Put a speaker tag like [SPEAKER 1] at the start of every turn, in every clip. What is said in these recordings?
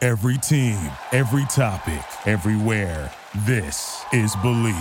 [SPEAKER 1] Every team, every topic, everywhere. This is Believe.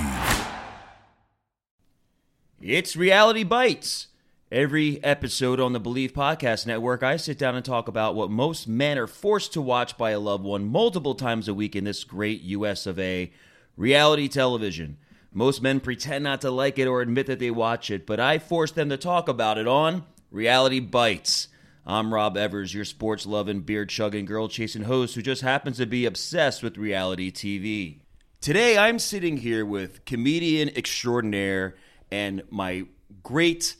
[SPEAKER 2] It's Reality Bites. Every episode on the Believe Podcast Network, I sit down and talk about what most men are forced to watch by a loved one multiple times a week in this great US of A reality television. Most men pretend not to like it or admit that they watch it, but I force them to talk about it on Reality Bites. I'm Rob Evers, your sports loving, beer chugging, girl chasing host who just happens to be obsessed with reality TV. Today, I'm sitting here with comedian extraordinaire and my great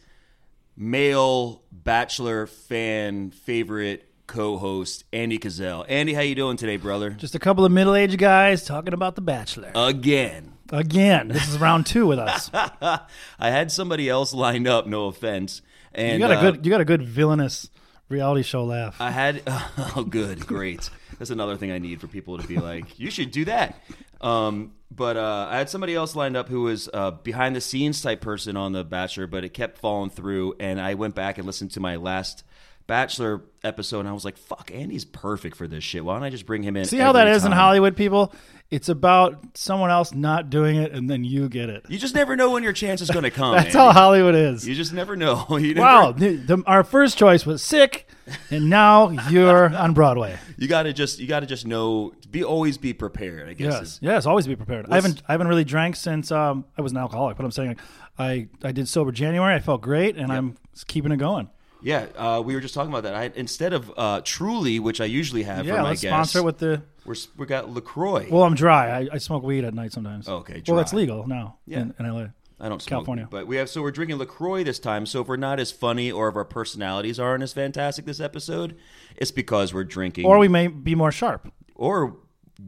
[SPEAKER 2] male bachelor fan favorite co-host Andy Cazell. Andy, how you doing today, brother?
[SPEAKER 3] Just a couple of middle-aged guys talking about The Bachelor.
[SPEAKER 2] Again.
[SPEAKER 3] Again, this is round two with us.
[SPEAKER 2] I had somebody else lined up, no offense. And
[SPEAKER 3] You got a
[SPEAKER 2] uh,
[SPEAKER 3] good, you got a good villainous reality show laugh.
[SPEAKER 2] I had oh good, great. That's another thing I need for people to be like, you should do that. Um, but uh, I had somebody else lined up who was uh, behind the scenes type person on The Bachelor, but it kept falling through. And I went back and listened to my last Bachelor episode, and I was like, fuck, Andy's perfect for this shit. Why don't I just bring him in?
[SPEAKER 3] See how that
[SPEAKER 2] every
[SPEAKER 3] is in
[SPEAKER 2] time?
[SPEAKER 3] Hollywood, people. It's about someone else not doing it, and then you get it.
[SPEAKER 2] You just never know when your chance is going to come.
[SPEAKER 3] That's
[SPEAKER 2] Andy.
[SPEAKER 3] how Hollywood is.
[SPEAKER 2] You just never know. You never,
[SPEAKER 3] wow, the, the, our first choice was sick, and now you're on Broadway.
[SPEAKER 2] You gotta just you gotta just know. Be always be prepared. I guess.
[SPEAKER 3] Yes,
[SPEAKER 2] is-
[SPEAKER 3] yes. Always be prepared. I haven't, I haven't really drank since um, I was an alcoholic, but I'm saying I, I did sober January. I felt great, and I'm keeping it going.
[SPEAKER 2] Yeah, uh, we were just talking about that. I, instead of uh, Truly, which I usually have for
[SPEAKER 3] Yeah,
[SPEAKER 2] my
[SPEAKER 3] let's
[SPEAKER 2] guests,
[SPEAKER 3] sponsor it with the
[SPEAKER 2] we're, s- we got Lacroix.
[SPEAKER 3] Well, I'm dry. I, I smoke weed at night sometimes.
[SPEAKER 2] Oh, Okay,
[SPEAKER 3] Well, that's
[SPEAKER 2] dry.
[SPEAKER 3] legal now in, in LA.
[SPEAKER 2] I don't smoke,
[SPEAKER 3] California.
[SPEAKER 2] but we have so we're drinking Lacroix this time. So if we're not as funny or if our personalities aren't as fantastic this episode, it's because we're drinking
[SPEAKER 3] Or we may be more sharp.
[SPEAKER 2] or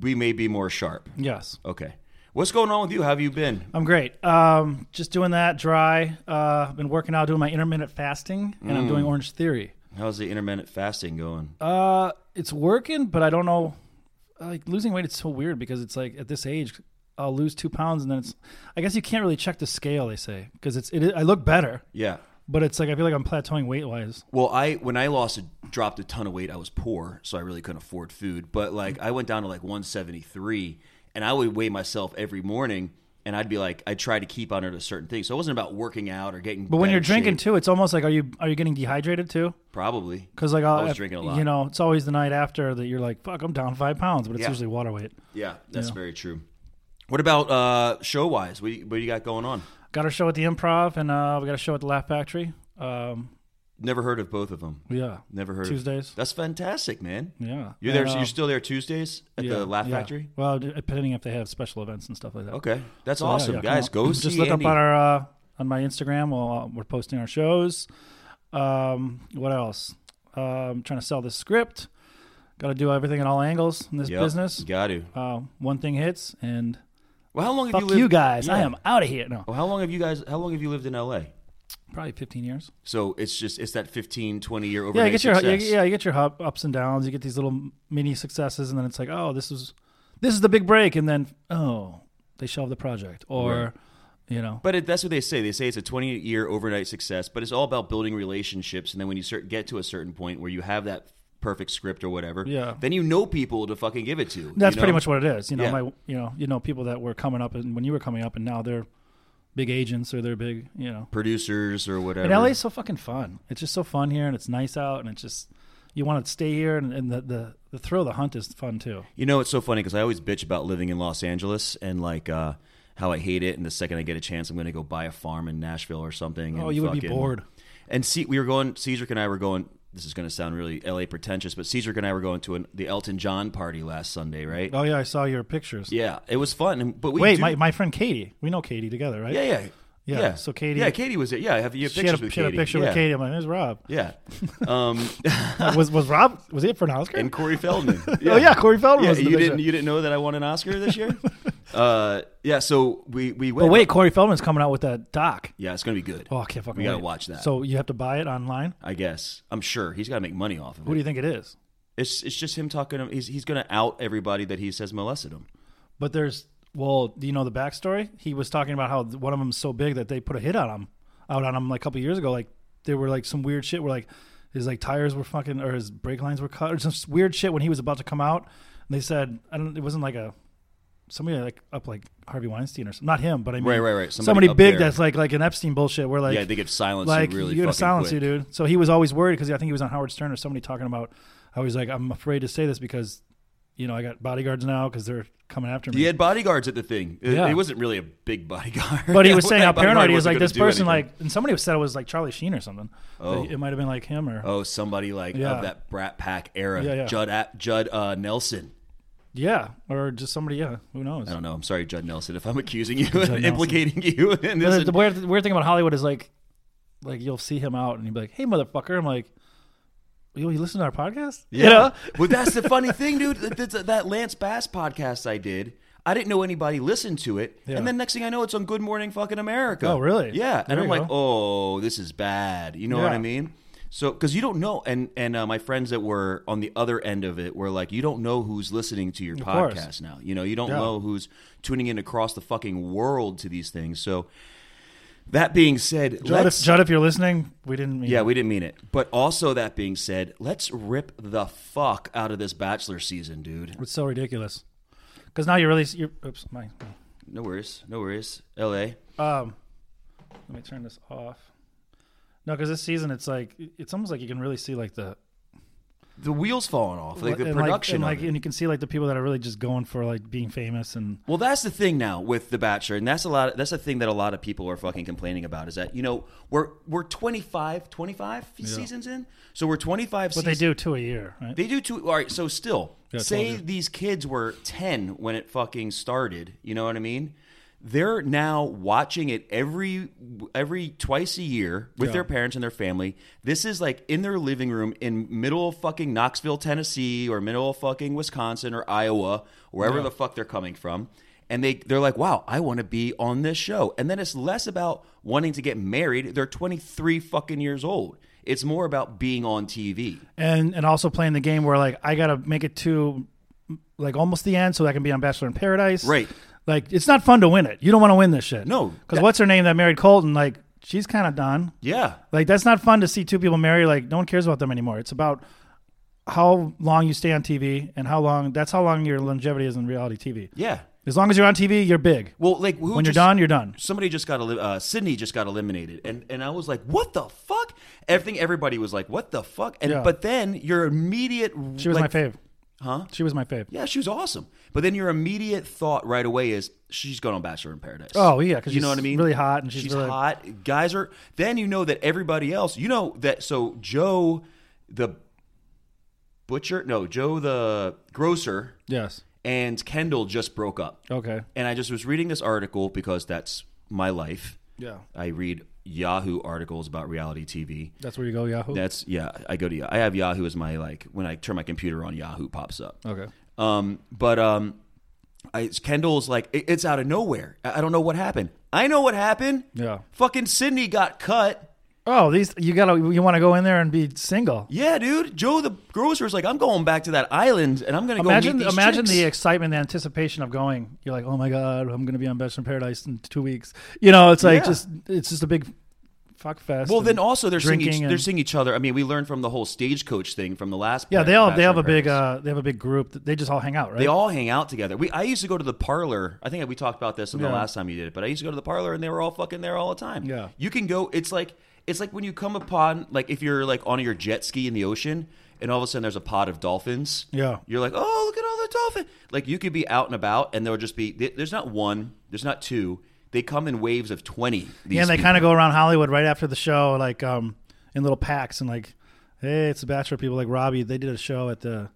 [SPEAKER 2] we may be more sharp.
[SPEAKER 3] Yes.
[SPEAKER 2] Okay, what's going on with you? How have you been?
[SPEAKER 3] I'm great. Um, just doing that dry. Uh, I've been working out, doing my intermittent fasting, and I'm doing
[SPEAKER 2] Mm.
[SPEAKER 3] Orange Theory.
[SPEAKER 2] How's the intermittent fasting going?
[SPEAKER 3] Uh, it's working, but I don't know. Like losing weight, it's so weird because it's like at this age, I'll lose two pounds, and then it's. I guess you can't really check the scale. They say because it's. It, is- I look better,
[SPEAKER 2] yeah.
[SPEAKER 3] but it's like I feel like I'm plateauing weight wise.
[SPEAKER 2] Well, I when I lost a, dropped a ton of weight, I was poor, so I really couldn't afford food. But
[SPEAKER 3] Mm-hmm.
[SPEAKER 2] like I went down to like 173, and I would weigh myself every morning, and I'd be like, I tried to keep under to certain things. So it wasn't about working out or getting.
[SPEAKER 3] But when
[SPEAKER 2] better
[SPEAKER 3] you're drinking
[SPEAKER 2] shape,
[SPEAKER 3] too, it's almost like are you are you getting dehydrated too?
[SPEAKER 2] probably
[SPEAKER 3] Because like
[SPEAKER 2] I
[SPEAKER 3] I'll,
[SPEAKER 2] was drinking a lot.
[SPEAKER 3] you know, it's always the night after that you're like, "Fuck, I'm down five pounds," but it's
[SPEAKER 2] Yeah.
[SPEAKER 3] usually water weight.
[SPEAKER 2] yeah, that's very true. What about uh, show wise? What, do you- what do you got going on?
[SPEAKER 3] Got our show at the Improv, and uh, we got a show at the Laugh Factory. Um,
[SPEAKER 2] Never heard of both of them.
[SPEAKER 3] yeah,
[SPEAKER 2] Never heard
[SPEAKER 3] Tuesdays.
[SPEAKER 2] Of, that's fantastic, man.
[SPEAKER 3] yeah,
[SPEAKER 2] You're there.
[SPEAKER 3] And,
[SPEAKER 2] so
[SPEAKER 3] uh,
[SPEAKER 2] you're still there Tuesdays at
[SPEAKER 3] yeah,
[SPEAKER 2] the Laugh
[SPEAKER 3] yeah.
[SPEAKER 2] Factory.
[SPEAKER 3] Well, d- depending if they have special events and stuff like that.
[SPEAKER 2] Okay, that's
[SPEAKER 3] So, yeah,
[SPEAKER 2] awesome,
[SPEAKER 3] yeah, come
[SPEAKER 2] guys.
[SPEAKER 3] out.
[SPEAKER 2] Go
[SPEAKER 3] just
[SPEAKER 2] see
[SPEAKER 3] look
[SPEAKER 2] Andy.
[SPEAKER 3] up on our uh, on my Instagram. While uh, we're posting our shows. Um, what else? Um trying to sell this script. Got to do everything at all angles in this
[SPEAKER 2] Yep,
[SPEAKER 3] business.
[SPEAKER 2] Got to.
[SPEAKER 3] Uh, one thing hits, and
[SPEAKER 2] Well, how long have
[SPEAKER 3] fuck
[SPEAKER 2] you
[SPEAKER 3] you,
[SPEAKER 2] lived?
[SPEAKER 3] guys. I
[SPEAKER 2] Yeah.
[SPEAKER 3] am out of here. No,
[SPEAKER 2] Well, how long have you guys? How long have you lived in LA?
[SPEAKER 3] probably 15 years.
[SPEAKER 2] So it's just it's that 15, 20 year
[SPEAKER 3] yeah,
[SPEAKER 2] overnight
[SPEAKER 3] you get your
[SPEAKER 2] success.
[SPEAKER 3] yeah, you get your hop, ups and downs. You get these little mini successes, and then it's like, oh, this is this is the big break, and then oh, they shelved the project, or you know,
[SPEAKER 2] But it, that's what they say. They say it's a twenty year overnight success, but it's all about building relationships. And then when you cer get to a certain point where you have that perfect script or whatever,
[SPEAKER 3] Yeah.
[SPEAKER 2] then you know people to fucking give it to.
[SPEAKER 3] that's
[SPEAKER 2] you
[SPEAKER 3] pretty
[SPEAKER 2] know?
[SPEAKER 3] much what it is. You know,
[SPEAKER 2] Yeah.
[SPEAKER 3] my you know you know people that were coming up and when you were coming up, and now they're big agents or they're big, you know.
[SPEAKER 2] producers or whatever.
[SPEAKER 3] And LA's so fucking fun. It's just so fun here, and it's nice out, and it's just you want to stay here, and, and the, the the thrill of the hunt is fun too.
[SPEAKER 2] You know, it's so funny because I always bitch about living in Los Angeles and like uh, how I hate it. And the second I get a chance, I'm going to go buy a farm in Nashville or something.
[SPEAKER 3] Oh,
[SPEAKER 2] and
[SPEAKER 3] you would be
[SPEAKER 2] fucking-
[SPEAKER 3] bored.
[SPEAKER 2] And see, we were going. Cedric and I were going. This is going to sound really LA pretentious, but Cedric and I were going to an, the Elton John party last Sunday, right?
[SPEAKER 3] Oh yeah, I saw your pictures.
[SPEAKER 2] Yeah, it was fun. and- But we
[SPEAKER 3] Wait,
[SPEAKER 2] do-
[SPEAKER 3] my, my friend Katie, we know Katie together, right?
[SPEAKER 2] yeah, yeah,
[SPEAKER 3] Yeah, so Katie-
[SPEAKER 2] yeah, Katie was it. Yeah, I have you have
[SPEAKER 3] She
[SPEAKER 2] pictures
[SPEAKER 3] had, a,
[SPEAKER 2] with
[SPEAKER 3] she had a
[SPEAKER 2] Katie.
[SPEAKER 3] picture
[SPEAKER 2] yeah.
[SPEAKER 3] with Katie. I'm like, there's Rob.
[SPEAKER 2] Yeah, um,
[SPEAKER 3] was was Rob? Was it for an Oscar?
[SPEAKER 2] and Corey Feldman.
[SPEAKER 3] Oh yeah, Corey Feldman
[SPEAKER 2] Yeah,
[SPEAKER 3] was in the
[SPEAKER 2] you
[SPEAKER 3] picture.
[SPEAKER 2] didn't you didn't know that I won an Oscar this year? uh, yeah, so we we went.
[SPEAKER 3] But wait, Corey Feldman's coming out with that doc.
[SPEAKER 2] Yeah, it's gonna be good.
[SPEAKER 3] Oh, I can't fucking.
[SPEAKER 2] We gotta
[SPEAKER 3] wait.
[SPEAKER 2] watch that.
[SPEAKER 3] So you have to buy it online.
[SPEAKER 2] I guess I'm sure he's got to make money off of
[SPEAKER 3] Who
[SPEAKER 2] it.
[SPEAKER 3] do you think it is?
[SPEAKER 2] It's it's just him talking. He's he's gonna out everybody that he says molested him.
[SPEAKER 3] But there's well, do you know the backstory? He was talking about how one of them's so big that they put a hit on him, out on him like a couple years ago. Like there were like some weird shit. Where like his like tires were fucking or his brake lines were cut or some s- weird shit when he was about to come out. And they said, I don't. It wasn't like a somebody like up like Harvey Weinstein or something. Not him, but I mean,
[SPEAKER 2] Right, right, right. Somebody
[SPEAKER 3] Somebody,
[SPEAKER 2] up
[SPEAKER 3] big
[SPEAKER 2] there.
[SPEAKER 3] that's like like an Epstein bullshit. Where like
[SPEAKER 2] yeah, they get silenced
[SPEAKER 3] like
[SPEAKER 2] really
[SPEAKER 3] you're gonna
[SPEAKER 2] fucking
[SPEAKER 3] silence
[SPEAKER 2] quick.
[SPEAKER 3] you, dude. So he was always worried because I think he was on Howard Stern or somebody talking about how he's like, I'm afraid to say this because, you know, I got bodyguards now because they're coming after me.
[SPEAKER 2] He had bodyguards at the thing. It,
[SPEAKER 3] Yeah.
[SPEAKER 2] it wasn't really a big bodyguard.
[SPEAKER 3] but he was saying how
[SPEAKER 2] That bodyguard
[SPEAKER 3] paranoid he was.
[SPEAKER 2] wasn't
[SPEAKER 3] Like
[SPEAKER 2] gonna
[SPEAKER 3] this
[SPEAKER 2] do
[SPEAKER 3] person,
[SPEAKER 2] anything.
[SPEAKER 3] like, and somebody said it was like Charlie Sheen or something.
[SPEAKER 2] Oh.
[SPEAKER 3] It might have been like him or
[SPEAKER 2] oh, somebody like
[SPEAKER 3] Yeah.
[SPEAKER 2] of that Brat Pack era,
[SPEAKER 3] Yeah, yeah.
[SPEAKER 2] Judd A- Judd uh, Nelson.
[SPEAKER 3] yeah, or just somebody. Yeah, who knows?
[SPEAKER 2] I don't know. I'm sorry, Judd Nelson, if I'm accusing you and implicating you in this.
[SPEAKER 3] The, the weird, the weird thing about Hollywood is like, like you'll see him out and he'll be like, "Hey, motherfucker!" I'm like, "You, you listen to our podcast?" You know?
[SPEAKER 2] well, that's the funny thing, dude. That, that's- that Lance Bass podcast I did, I didn't know anybody listened to it.
[SPEAKER 3] Yeah.
[SPEAKER 2] And then next thing I know, it's on Good Morning Fucking America.
[SPEAKER 3] Oh, really?
[SPEAKER 2] Yeah.
[SPEAKER 3] There
[SPEAKER 2] and I'm
[SPEAKER 3] you
[SPEAKER 2] like, oh, this is bad. You know what
[SPEAKER 3] Yeah.
[SPEAKER 2] I mean? So, because you don't know, and and uh, my friends that were on the other end of it were like, you don't know who's listening to your
[SPEAKER 3] course.
[SPEAKER 2] podcast now. You know, you don't
[SPEAKER 3] Yeah.
[SPEAKER 2] know who's tuning in across the fucking world to these things. So, that being said,
[SPEAKER 3] Judd, if,
[SPEAKER 2] let's-
[SPEAKER 3] Judd, if you're listening, we didn't mean.
[SPEAKER 2] yeah, we didn't mean it. But also that being said, let's rip the fuck out of this bachelor season, dude.
[SPEAKER 3] It's so ridiculous. Because now you're really you're, oops, my
[SPEAKER 2] No worries, no worries. LA.
[SPEAKER 3] um, let me turn this off. No, because this season it's like it's almost like you can really see like the
[SPEAKER 2] The wheels falling off, like the
[SPEAKER 3] and,
[SPEAKER 2] production.
[SPEAKER 3] like, and,
[SPEAKER 2] of
[SPEAKER 3] like
[SPEAKER 2] it.
[SPEAKER 3] and you can see like the people that are really just going for like being famous and
[SPEAKER 2] Well, that's the thing now with the Bachelor, and that's a lot. that's a thing that a lot of people are fucking complaining about. Is that you know we're we're 25, 25 seasons in, so we're twenty five.
[SPEAKER 3] but they do two a year, right?
[SPEAKER 2] They do too. All right, so still,
[SPEAKER 3] Yeah, I
[SPEAKER 2] say
[SPEAKER 3] told you.
[SPEAKER 2] these kids were 10 when it fucking started, you know what I mean? They're now watching it every every twice a year with their parents and their family. This is like in their living room in middle of fucking Knoxville, Tennessee or middle of fucking Wisconsin or Iowa, wherever the fuck they're coming from. And they they're like, "Wow, I want to be on this show." And then it's less about wanting to get married. They're 23 fucking years old. It's more about being on TV.
[SPEAKER 3] and and also playing the game where like I gotta make it to like almost the end so that I can be on Bachelor in Paradise.
[SPEAKER 2] Right.
[SPEAKER 3] Like it's not fun to win it. You don't want to win this shit.
[SPEAKER 2] No,
[SPEAKER 3] Because
[SPEAKER 2] that-
[SPEAKER 3] what's her name that married Colton? Like she's kind of done.
[SPEAKER 2] Yeah.
[SPEAKER 3] Like that's not fun to see two people marry. Like no one cares about them anymore. It's about how long you stay on TV and how long. That's how long your longevity is in reality TV.
[SPEAKER 2] Yeah.
[SPEAKER 3] As long as you're on TV, you're big.
[SPEAKER 2] Well, like who
[SPEAKER 3] When you're
[SPEAKER 2] just-
[SPEAKER 3] done, you're done.
[SPEAKER 2] Somebody just got elim- uh, Sydney just got eliminated, and and I was like, what the fuck? Everything everybody was like, what the fuck? And
[SPEAKER 3] Yeah.
[SPEAKER 2] but then your immediate
[SPEAKER 3] She was
[SPEAKER 2] like-
[SPEAKER 3] my fave.
[SPEAKER 2] huh?
[SPEAKER 3] She was my fave.
[SPEAKER 2] Yeah, she was awesome. But then your immediate thought right away is she's going on Bachelor in Paradise.
[SPEAKER 3] Oh, yeah,
[SPEAKER 2] you
[SPEAKER 3] 'cause she's
[SPEAKER 2] know what I mean.
[SPEAKER 3] really hot and she's really-
[SPEAKER 2] hot. Guys are then you know that everybody else. You know that so Joe the butcher, no Joe the grocer,
[SPEAKER 3] Yes.
[SPEAKER 2] and Kendall just broke up.
[SPEAKER 3] Okay.
[SPEAKER 2] And I just was reading this article because that's my life.
[SPEAKER 3] Yeah.
[SPEAKER 2] I read Yahoo articles about reality TV.
[SPEAKER 3] That's where you go, Yahoo.
[SPEAKER 2] That's yeah, I go to I have Yahoo as my like when I turn my computer on Yahoo pops up.
[SPEAKER 3] okay.
[SPEAKER 2] Um but um I Kendall's like it, it's out of nowhere. I, I don't know what happened. I know what happened.
[SPEAKER 3] Yeah.
[SPEAKER 2] Fucking Sydney got cut.
[SPEAKER 3] Oh, these you gotta you want to go in there and be single.
[SPEAKER 2] Yeah, dude. Joe the grocer's like I'm going back to that island and I'm going to go
[SPEAKER 3] Imagine
[SPEAKER 2] meet these
[SPEAKER 3] imagine
[SPEAKER 2] chicks."
[SPEAKER 3] the excitement, the anticipation of going. You're like, oh my god, I'm gonna be on Bachelor in Paradise in two weeks. You know, it's like
[SPEAKER 2] Yeah.
[SPEAKER 3] just it's just a big fuck fest.
[SPEAKER 2] Well,
[SPEAKER 3] and
[SPEAKER 2] then also they're seeing each,
[SPEAKER 3] drinking
[SPEAKER 2] they're
[SPEAKER 3] and-
[SPEAKER 2] seeing each other. I mean, we learned from the whole stagecoach thing from the last.
[SPEAKER 3] Yeah,
[SPEAKER 2] Ba-
[SPEAKER 3] they all they have
[SPEAKER 2] Bachelor
[SPEAKER 3] a
[SPEAKER 2] in
[SPEAKER 3] big
[SPEAKER 2] Paradise.
[SPEAKER 3] uh, they have a big group. That they just all hang out, right?
[SPEAKER 2] They all hang out together. We I used to go to the parlor. I think we talked about this in the
[SPEAKER 3] Yeah.
[SPEAKER 2] last time you did it, but I used to go to the parlor and they were all fucking there all the time.
[SPEAKER 3] Yeah.
[SPEAKER 2] You can go it's like it's like when you come upon like if you're like on your jet ski in the ocean and all of a sudden there's a pod of dolphins.
[SPEAKER 3] Yeah.
[SPEAKER 2] You're like, "Oh, look at all the dolphins." Like you could be out and about and there'll just be th- there's not one, there's not two. They come in waves of 20. These
[SPEAKER 3] yeah, and they
[SPEAKER 2] people.
[SPEAKER 3] kind of go around Hollywood right after the show, like um in little packs and like, hey, it's a Bachelor. People like Robbie, they did a show at the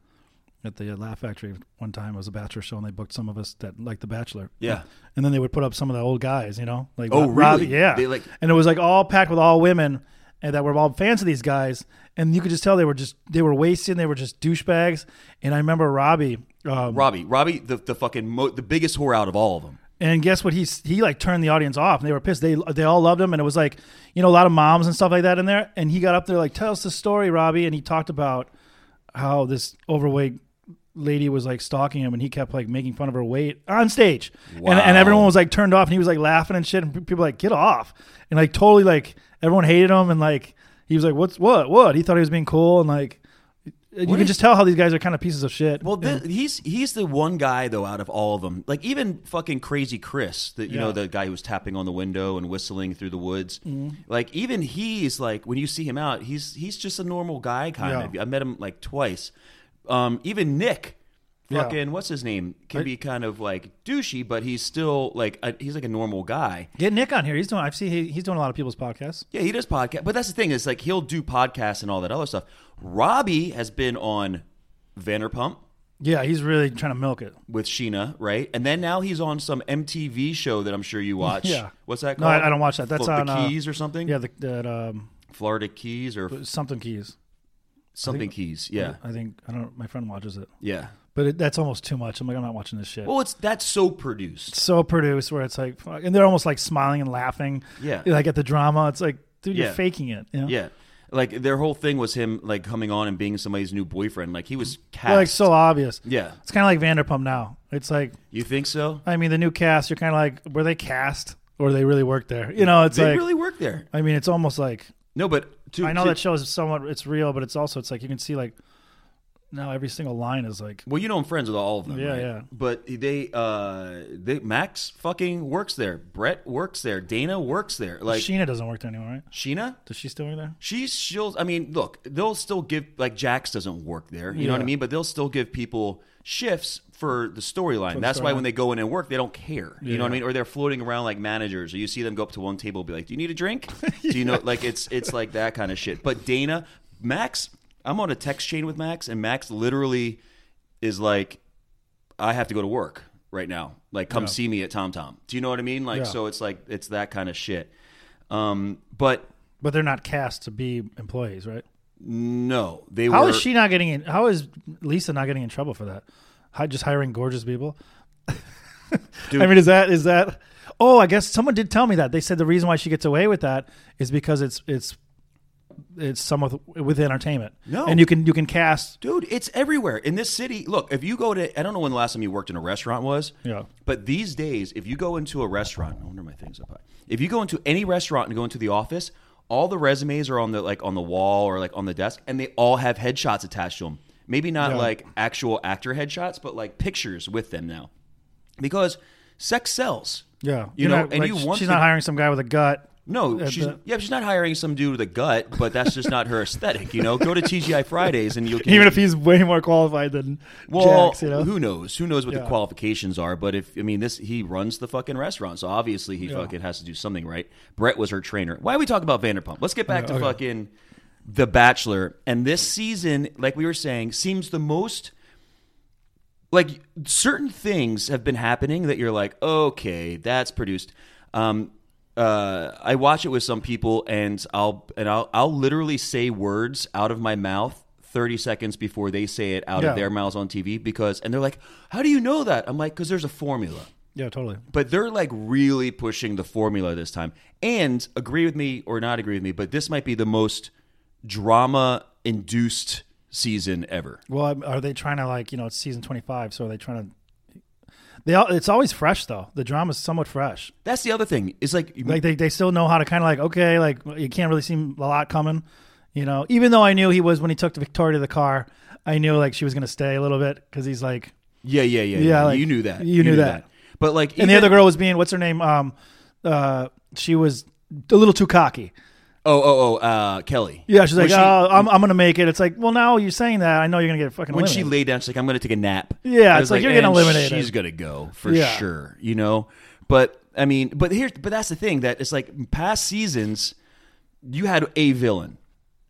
[SPEAKER 3] at the Laugh Factory one time. It was a Bachelor show, and they booked some of us that like the Bachelor.
[SPEAKER 2] Yeah.
[SPEAKER 3] and then they would put up some of the old guys, you know, like
[SPEAKER 2] Oh,
[SPEAKER 3] Ro- Robbie,
[SPEAKER 2] really?
[SPEAKER 3] yeah,
[SPEAKER 2] They, like-
[SPEAKER 3] and it was like all packed with all women. And that were all fans of these guys, and you could just tell they were just they were wasting, they were just douchebags. And I remember Robbie, um,
[SPEAKER 2] Robbie, Robbie the the fucking mo- the biggest whore out of all of them.
[SPEAKER 3] And guess what? He's he like turned the audience off, and they were pissed. They they all loved him, and it was like you know a lot of moms and stuff like that in there. And he got up there like, tell us the story, Robbie. And he talked about how this overweight lady was like stalking him, and he kept like making fun of her weight on stage. And and everyone was like turned off, and he was like laughing and shit, and people were like get off, and like totally like everyone hated him, and like he was like, "What's what? What?" He thought he was being cool, and like, you can
[SPEAKER 2] is-
[SPEAKER 3] just tell how these guys are kind of pieces of shit.
[SPEAKER 2] Well, th- he's he's the one guy though out of all of them. Like even fucking crazy Chris, that you know
[SPEAKER 3] Yeah. Mm-hmm.
[SPEAKER 2] the guy who was tapping on the window and whistling through the woods. Like even he's like when you see him out, he's he's just a normal guy kind
[SPEAKER 3] Yeah.
[SPEAKER 2] of. I met him like twice. Um, even Nick,
[SPEAKER 3] Yeah.
[SPEAKER 2] fucking what's his name, can be kind of like douchey, but he's still like a, he's like a normal guy.
[SPEAKER 3] Get Nick on here. He's doing. I've seen he, he's doing a lot of people's podcasts.
[SPEAKER 2] Yeah, he does podcast, but that's the thing is like he'll do podcasts and all that other stuff. Robbie has been on Vanderpump.
[SPEAKER 3] Yeah, he's really trying to milk it.
[SPEAKER 2] with Sheena, right? And then now he's on some MTV show that I'm sure you watch.
[SPEAKER 3] Yeah.
[SPEAKER 2] What's that
[SPEAKER 3] No,
[SPEAKER 2] called?
[SPEAKER 3] I, I don't watch that. That's
[SPEAKER 2] Florida
[SPEAKER 3] on uh,
[SPEAKER 2] Keys or something?
[SPEAKER 3] Yeah, the, that um
[SPEAKER 2] Florida Keys or
[SPEAKER 3] something keys.
[SPEAKER 2] something Keys. Yeah.
[SPEAKER 3] I think I don't. My friend watches it,
[SPEAKER 2] Yeah.
[SPEAKER 3] but it, that's almost too much. I'm like, I'm not watching this shit.
[SPEAKER 2] Well, it's that's so produced.
[SPEAKER 3] so produced where it's like, fuck, and they're almost like smiling and laughing.
[SPEAKER 2] Yeah.
[SPEAKER 3] like at the drama. It's like, dude,
[SPEAKER 2] Yeah.
[SPEAKER 3] you're faking it. You know?
[SPEAKER 2] Yeah. Like their whole thing was him like coming on and being somebody's new boyfriend. Like he was cast.
[SPEAKER 3] They're, like so obvious.
[SPEAKER 2] yeah.
[SPEAKER 3] It's kind of like Vanderpump now. It's like,
[SPEAKER 2] You think so?
[SPEAKER 3] I mean, the new cast. You're kind of like, were they cast or they really worked there? You know, it's
[SPEAKER 2] They
[SPEAKER 3] like,
[SPEAKER 2] really work there.
[SPEAKER 3] I mean, it's almost like
[SPEAKER 2] No, but to,
[SPEAKER 3] I know
[SPEAKER 2] to-
[SPEAKER 3] that show is somewhat it's real, but it's also it's like you can see like now every single line is like
[SPEAKER 2] Well, you know I'm friends with all of them.
[SPEAKER 3] Yeah,
[SPEAKER 2] right?
[SPEAKER 3] yeah.
[SPEAKER 2] But they, uh, they Max fucking works there. Brett works there. Dana works there. Like
[SPEAKER 3] Sheena doesn't work there anymore, right?
[SPEAKER 2] Sheena,
[SPEAKER 3] Does she still work there?
[SPEAKER 2] She's she'll I mean, look, they'll still give like Jax doesn't work there, you know what I
[SPEAKER 3] Yeah.
[SPEAKER 2] mean? But they'll still give people shifts for the storyline. That's why when they go in and work, they don't care. You know what I mean? Or they're floating around like managers, or you see them go up to one table and be like, Do you need a drink? Do you know like it's it's like that kind of shit. But Dana, Max, I'm on a text chain with Max, and Max literally is like, I have to go to work right now. Like, come see me at Tom Tom. Do you know what I mean? Like,
[SPEAKER 3] Yeah.
[SPEAKER 2] so it's like it's that kind of shit. Um, but
[SPEAKER 3] But they're not cast to be employees, right?
[SPEAKER 2] no, they
[SPEAKER 3] How
[SPEAKER 2] were.
[SPEAKER 3] is she not getting in? How is Lisa not getting in trouble for that? Hi, just hiring gorgeous people. I mean, is that is that? Oh, I guess someone did tell me that they said the reason why she gets away with that is because it's it's it's somewhat with entertainment.
[SPEAKER 2] No.
[SPEAKER 3] and you can you can cast.
[SPEAKER 2] Dude, it's everywhere in this city. Look, if you go to, I don't know when the last time you worked in a restaurant was.
[SPEAKER 3] Yeah.
[SPEAKER 2] But these days, if you go into a restaurant, I wonder if my things up high. If you go into any restaurant and go into the office, all the resumes are on the like on the wall or like on the desk, and they all have headshots attached to them. Maybe not
[SPEAKER 3] Yeah.
[SPEAKER 2] like actual actor headshots, but like pictures with them now, because sex sells.
[SPEAKER 3] Yeah,
[SPEAKER 2] you
[SPEAKER 3] You're
[SPEAKER 2] know,
[SPEAKER 3] not-
[SPEAKER 2] and
[SPEAKER 3] like,
[SPEAKER 2] you want
[SPEAKER 3] she's
[SPEAKER 2] the-
[SPEAKER 3] not hiring some guy with a gut.
[SPEAKER 2] No,
[SPEAKER 3] At
[SPEAKER 2] she's
[SPEAKER 3] the-
[SPEAKER 2] yeah, she's not hiring some dude with a gut, but that's just not her aesthetic. You know, go to TGI Fridays and you'll
[SPEAKER 3] Even if he's way more qualified than
[SPEAKER 2] Well,
[SPEAKER 3] Jax, you know.
[SPEAKER 2] who knows? Who knows what the
[SPEAKER 3] Yeah.
[SPEAKER 2] qualifications are? But if I mean this, he runs the fucking restaurant, so obviously he fucking has to do something right. Brett was her trainer. Why are we talking about Vanderpump? Let's get back to fucking The Bachelor. And this season, like we were saying, seems the most like certain things have been happening that you're like, okay, that's produced. Um, uh, I watch it with some people, and I'll and I'll I'll literally say words out of my mouth thirty seconds before they say it out
[SPEAKER 3] Yeah.
[SPEAKER 2] of their mouths on TV because, and they're like, "How do you know that?" I'm like, "Cause there's a formula."
[SPEAKER 3] yeah, totally.
[SPEAKER 2] But they're like really pushing the formula this time. And agree with me or not agree with me, but this might be the most drama induced season ever.
[SPEAKER 3] Well, I'm- are they trying to like you know it's season twenty five, so are they trying to? They all, it's always fresh though. The drama's somewhat fresh.
[SPEAKER 2] That's the other thing. It's like
[SPEAKER 3] Like they, they still know how to kind of like okay, like you can't really see a lot coming, you know. Even though I knew he was when he took the Victoria to the car, I knew like she was gonna stay a little bit because he's like,
[SPEAKER 2] Yeah, yeah, yeah.
[SPEAKER 3] Yeah, like,
[SPEAKER 2] you knew that.
[SPEAKER 3] you knew that.
[SPEAKER 2] But like,
[SPEAKER 3] and the other girl was being what's her name? Um, uh, she was a little too cocky.
[SPEAKER 2] Oh, oh, oh, uh, Kelly.
[SPEAKER 3] Yeah, she's
[SPEAKER 2] When
[SPEAKER 3] like,
[SPEAKER 2] she-
[SPEAKER 3] oh, I'm, I'm gonna make it. It's like, well, now you're saying that, I know you're gonna get fucking.
[SPEAKER 2] when she
[SPEAKER 3] eliminated.
[SPEAKER 2] laid down, she's like, I'm going to take a nap.
[SPEAKER 3] Yeah,
[SPEAKER 2] I
[SPEAKER 3] it's
[SPEAKER 2] was
[SPEAKER 3] like, you're getting
[SPEAKER 2] and
[SPEAKER 3] eliminated.
[SPEAKER 2] She's going to go for
[SPEAKER 3] Yeah.
[SPEAKER 2] sure, you know? But I mean, but here's, but that's the thing that it's like past seasons, you had a villain,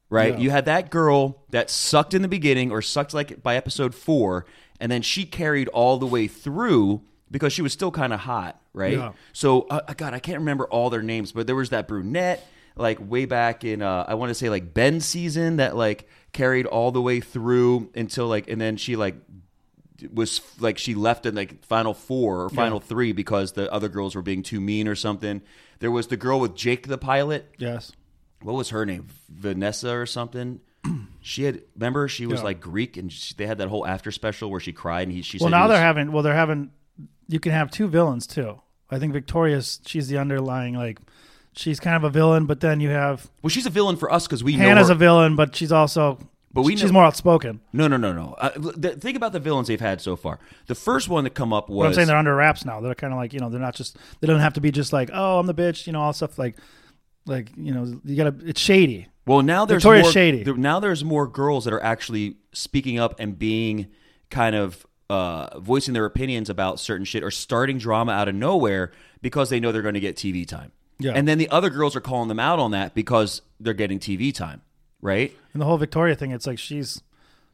[SPEAKER 2] right? You had that girl that sucked in the beginning or sucked like by episode four, and then she carried all the way through because she was still kind of hot, right?
[SPEAKER 3] Yeah.
[SPEAKER 2] So, uh, God, I can't remember all their names, but there was that brunette, like way back in, uh, I want to say like Ben's season that like carried all the way through until like, and then she like was like she left in like final four or final three because the other girls were being too mean or something. There was the girl with Jake the pilot
[SPEAKER 3] yes,
[SPEAKER 2] what was her name? Vanessa or something. She had remember she was
[SPEAKER 3] Yeah.
[SPEAKER 2] like Greek and she, they had that whole after special where she cried and he she
[SPEAKER 3] Well,
[SPEAKER 2] said he
[SPEAKER 3] now
[SPEAKER 2] was-
[SPEAKER 3] they're having. Well, they're having. You can have two villains too. I think Victoria's. She's the underlying like she's kind of a villain, but then you have
[SPEAKER 2] Well, she's a villain for us because we know
[SPEAKER 3] Hannah's
[SPEAKER 2] her.
[SPEAKER 3] a villain, but she's also
[SPEAKER 2] But we
[SPEAKER 3] she's
[SPEAKER 2] know-
[SPEAKER 3] more outspoken.
[SPEAKER 2] no, no, no, no. Uh, th- think about the villains they've had so far. The first one to come up
[SPEAKER 3] But I'm
[SPEAKER 2] was
[SPEAKER 3] saying they're under wraps now. They're kind of like you know they're not just they don't have to be just like oh I'm the bitch you know all stuff like like you know you gotta it's shady.
[SPEAKER 2] Well, now there's
[SPEAKER 3] Victoria's
[SPEAKER 2] more,
[SPEAKER 3] shady.
[SPEAKER 2] there- now there's more girls that are actually speaking up and being kind of uh, voicing their opinions about certain shit or starting drama out of nowhere because they know they're going to get TV time.
[SPEAKER 3] Yeah.
[SPEAKER 2] And then the other girls are calling them out on that because they're getting TV time, right?
[SPEAKER 3] And the whole Victoria thing, it's like she's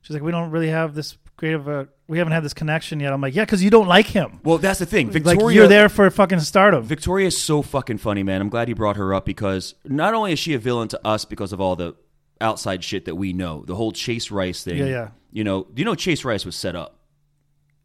[SPEAKER 3] she's like we don't really have this creative uh, we haven't had this connection yet. I'm like yeah because you don't like him.
[SPEAKER 2] Well, that's the thing. Victoria,
[SPEAKER 3] like you're there for fucking stardom.
[SPEAKER 2] Victoria is so fucking funny, man. I'm glad you brought her up because not only is she a villain to us because of all the outside shit that we know, the whole Chase Rice thing.
[SPEAKER 3] Yeah, yeah.
[SPEAKER 2] You know, do you know Chase Rice was set up?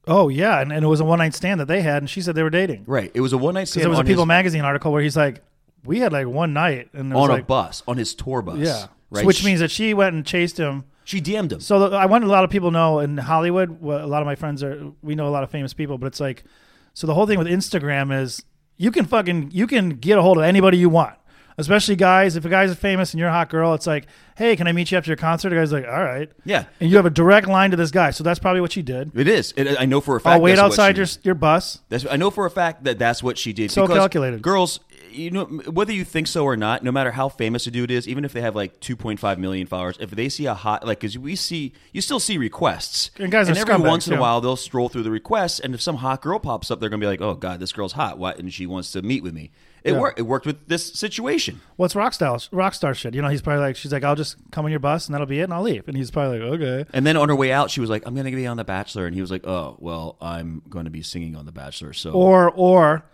[SPEAKER 3] oh yeah, and, and it was a one night stand that they had, and she said they were dating.
[SPEAKER 2] Right. It was a one night stand.
[SPEAKER 3] There was a
[SPEAKER 2] on his-
[SPEAKER 3] People Magazine article where he's like, we had like one night, and it was
[SPEAKER 2] on
[SPEAKER 3] like,
[SPEAKER 2] a bus, on his tour bus.
[SPEAKER 3] yeah,
[SPEAKER 2] Right.
[SPEAKER 3] So which
[SPEAKER 2] She-
[SPEAKER 3] means that she went and chased him.
[SPEAKER 2] she DM'd him.
[SPEAKER 3] So the, I want a lot of people to know in Hollywood. What a lot of my friends are, we know a lot of famous people, but it's like, so the whole thing with Instagram is you can fucking you can get a hold of anybody you want. Especially guys, if a guy's famous and you're a hot girl, it's like, hey, can I meet you after your concert? The guy's like, all right.
[SPEAKER 2] Yeah.
[SPEAKER 3] And you have a direct line to this guy. So that's probably what she did.
[SPEAKER 2] It is. It, I know for a fact.
[SPEAKER 3] I'll Oh, wait
[SPEAKER 2] that's what
[SPEAKER 3] outside
[SPEAKER 2] she-
[SPEAKER 3] your, your bus.
[SPEAKER 2] That's, I know for a fact that that's what she did.
[SPEAKER 3] So
[SPEAKER 2] because
[SPEAKER 3] calculated.
[SPEAKER 2] Girls, you know, whether you think so or not, no matter how famous a dude is, even if they have like 2.5 million followers, if they see a hot, like, because we see, you still see requests.
[SPEAKER 3] And guys are
[SPEAKER 2] every
[SPEAKER 3] scumbags,
[SPEAKER 2] once in a
[SPEAKER 3] yeah.
[SPEAKER 2] while, they'll stroll through the requests, and if some hot girl pops up, they're going to be like, oh, God, this girl's hot. What? And she wants to meet with me. It,
[SPEAKER 3] Yeah.
[SPEAKER 2] worked. it worked with this situation.
[SPEAKER 3] What's rock style, rock star shit? You know, he's probably like, she's like, I'll just come on your bus and that'll be it, and I'll leave. And he's probably like, okay.
[SPEAKER 2] And then on her way out, she was like, I'm going to be on The Bachelor. And he was like, oh, well, I'm going to be singing on The Bachelor. So
[SPEAKER 3] Or or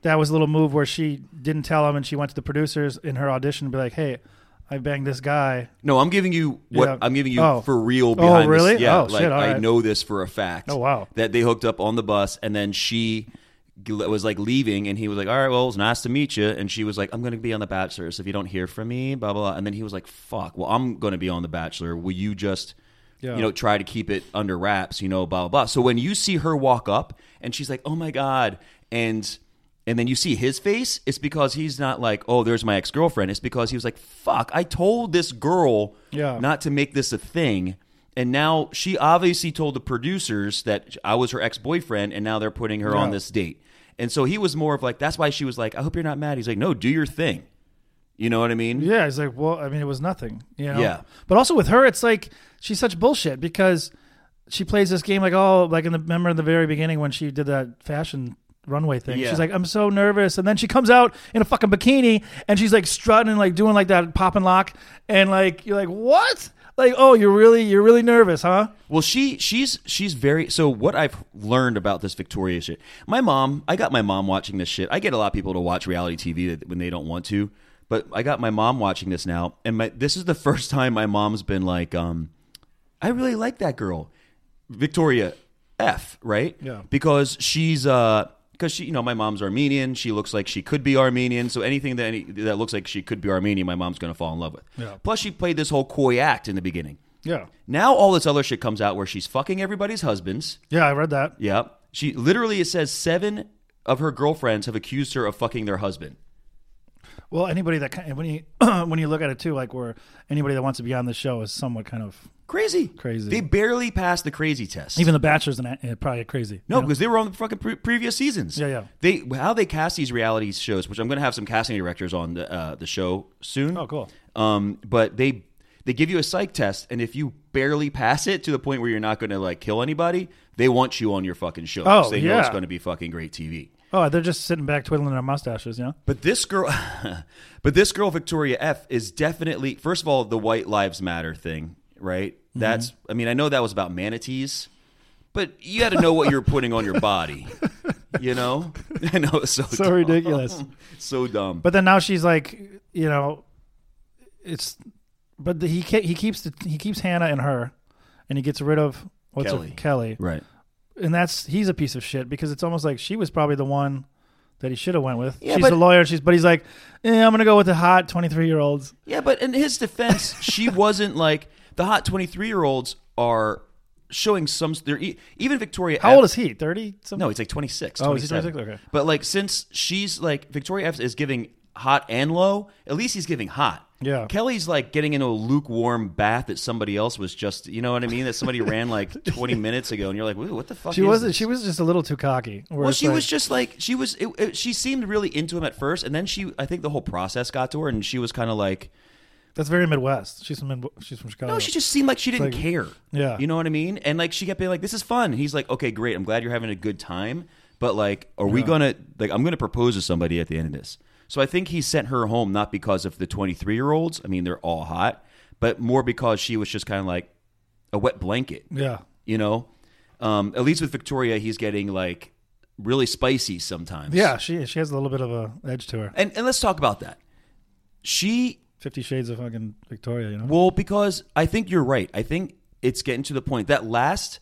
[SPEAKER 3] that was a little move where she didn't tell him, and she went to the producers in her audition and be like, hey, I banged this guy.
[SPEAKER 2] No, I'm giving you what
[SPEAKER 3] Yeah.
[SPEAKER 2] I'm giving you
[SPEAKER 3] Oh.
[SPEAKER 2] for real
[SPEAKER 3] Oh,
[SPEAKER 2] behind the-
[SPEAKER 3] really?
[SPEAKER 2] yeah,
[SPEAKER 3] Oh,
[SPEAKER 2] like
[SPEAKER 3] shit, all
[SPEAKER 2] I
[SPEAKER 3] right.
[SPEAKER 2] know this for a fact.
[SPEAKER 3] Oh, wow.
[SPEAKER 2] That they hooked up on the bus and then she g- was like leaving and he was like, "All right, well, it was nice to meet you." And she was like, "I'm going to be on the Bachelor, so if you don't hear from me, blah blah." blah. And then he was like, "Fuck. Well, I'm going to be on the Bachelor. Will you just
[SPEAKER 3] Yeah.
[SPEAKER 2] you know, try to keep it under wraps, you know, blah blah blah. So when you see her walk up and she's like, "Oh my god," and and then you see his face, it's because he's not like, "Oh, there's my ex girlfriend." It's because he was like, "Fuck, I told this girl
[SPEAKER 3] Yeah.
[SPEAKER 2] not to make this a thing." And now she obviously told the producers that I was her ex boyfriend, and now they're putting her on
[SPEAKER 3] Yeah.
[SPEAKER 2] this date. And so he was more of like, that's why she was like, I hope you're not mad. He's like, no, do your thing. You know what I mean?
[SPEAKER 3] Yeah, he's like, well, I mean, it was nothing. You know?
[SPEAKER 2] Yeah.
[SPEAKER 3] But also with her, it's like she's such bullshit because she plays this game like, oh, like in the remember in the very beginning when she did that fashion runway thing.
[SPEAKER 2] Yeah.
[SPEAKER 3] She's like, I'm so nervous, and then she comes out in a fucking bikini and she's like strutting and like doing like that pop and lock, and like you're like, what? Like, oh, you're really you're really nervous, huh?
[SPEAKER 2] Well, she she's she's very so. What I've learned about this Victoria shit, my mom, I got my mom watching this shit. I get a lot of people to watch reality TV that- when they don't want to, but I got my mom watching this now, and my this is the first time my mom's been like, um, I really like that girl, Victoria F, right?
[SPEAKER 3] Yeah.
[SPEAKER 2] because she's uh. Because she, you know, my mom's Armenian. She looks like she could be Armenian. So anything that any, that looks like she could be Armenian, my mom's gonna fall in love with.
[SPEAKER 3] Yeah.
[SPEAKER 2] Plus, she played this whole coy act in the beginning.
[SPEAKER 3] Yeah.
[SPEAKER 2] Now all this other shit comes out where she's fucking everybody's husbands.
[SPEAKER 3] Yeah, I read that.
[SPEAKER 2] Yeah. She literally it says seven of her girlfriends have accused her of fucking their husband.
[SPEAKER 3] Well, anybody that kind when you when you look at it too, like where anybody that wants to be on the show is somewhat kind of
[SPEAKER 2] Crazy.
[SPEAKER 3] Crazy.
[SPEAKER 2] They barely passed the crazy test.
[SPEAKER 3] even the Bachelor's and uh, probably crazy.
[SPEAKER 2] no, because they were on the fucking pre- previous seasons.
[SPEAKER 3] Yeah, yeah.
[SPEAKER 2] They how they cast these reality shows, which I'm going to have some casting directors on the uh, the show soon.
[SPEAKER 3] Oh, cool.
[SPEAKER 2] Um, but they they give you a psych test, and if you barely pass it to the point where you're not going to like kill anybody, they want you on your fucking show. 'cause
[SPEAKER 3] Oh,
[SPEAKER 2] they know it's
[SPEAKER 3] yeah.
[SPEAKER 2] going to be fucking great TV.
[SPEAKER 3] Oh, they're just sitting back twiddling their mustaches, you know?
[SPEAKER 2] But this girl, but this girl Victoria F is definitely first of all the White Lives Matter thing, right?
[SPEAKER 3] Mm-hmm.
[SPEAKER 2] That's I mean I know that was about manatees, but you had to know what you were putting on your body, you know? I know it's so
[SPEAKER 3] So
[SPEAKER 2] dumb.
[SPEAKER 3] ridiculous.
[SPEAKER 2] so dumb.
[SPEAKER 3] But then now she's like, you know, it's but the, he ke- he keeps the, he keeps Hannah and her and he gets rid of what's
[SPEAKER 2] Kelly.
[SPEAKER 3] Kelly. Kelly.
[SPEAKER 2] right.
[SPEAKER 3] And that's he's a piece of shit because it's almost like she was probably the one that he should have went with.
[SPEAKER 2] Yeah,
[SPEAKER 3] she's
[SPEAKER 2] but-
[SPEAKER 3] a lawyer, she's but he's like, eh, I'm going to go with the hot 23-year-olds.
[SPEAKER 2] Yeah, but in his defense, she wasn't like the hot twenty three year olds are showing some. They're e- even Victoria.
[SPEAKER 3] How
[SPEAKER 2] F,
[SPEAKER 3] old is he? 30 something?
[SPEAKER 2] No, he's like 26.
[SPEAKER 3] Oh, is he
[SPEAKER 2] 27.
[SPEAKER 3] 26? Okay.
[SPEAKER 2] But like since she's like Victoria F is giving hot and low, at least he's giving hot.
[SPEAKER 3] Yeah.
[SPEAKER 2] Kelly's like getting into a lukewarm bath that somebody else was just, you know what I mean? That somebody ran like 20 minutes ago, and you're like, "Ooh, what the fuck?
[SPEAKER 3] She
[SPEAKER 2] is
[SPEAKER 3] wasn't.
[SPEAKER 2] this?"
[SPEAKER 3] She was just a little too cocky. where
[SPEAKER 2] Well,
[SPEAKER 3] it's
[SPEAKER 2] she
[SPEAKER 3] like-
[SPEAKER 2] was just like she was. It, it- she seemed really into him at first, and then she. I think the whole process got to her, and she was kind of like,
[SPEAKER 3] That's very Midwest. She's from Mid- she's from Chicago.
[SPEAKER 2] no, she just seemed like she didn't
[SPEAKER 3] like-
[SPEAKER 2] care.
[SPEAKER 3] Yeah.
[SPEAKER 2] you know what I mean. And like she kept being like, "This is fun." And he's like, "Okay, great. I'm glad you're having a good time." But like, are we gonna like? I'm gonna propose to somebody at the end of this. So I think he sent her home not because of the 23 year olds. I mean, they're all hot, but more because she was just kind of like a wet blanket.
[SPEAKER 3] yeah.
[SPEAKER 2] You know, um, at least with Victoria, he's getting like really spicy sometimes.
[SPEAKER 3] Yeah, she she has a little bit of a edge to her.
[SPEAKER 2] And, and let's talk about that. She,
[SPEAKER 3] Fifty Shades of fucking Victoria, you know.
[SPEAKER 2] well, because I think you're right. I think it's getting to the point that last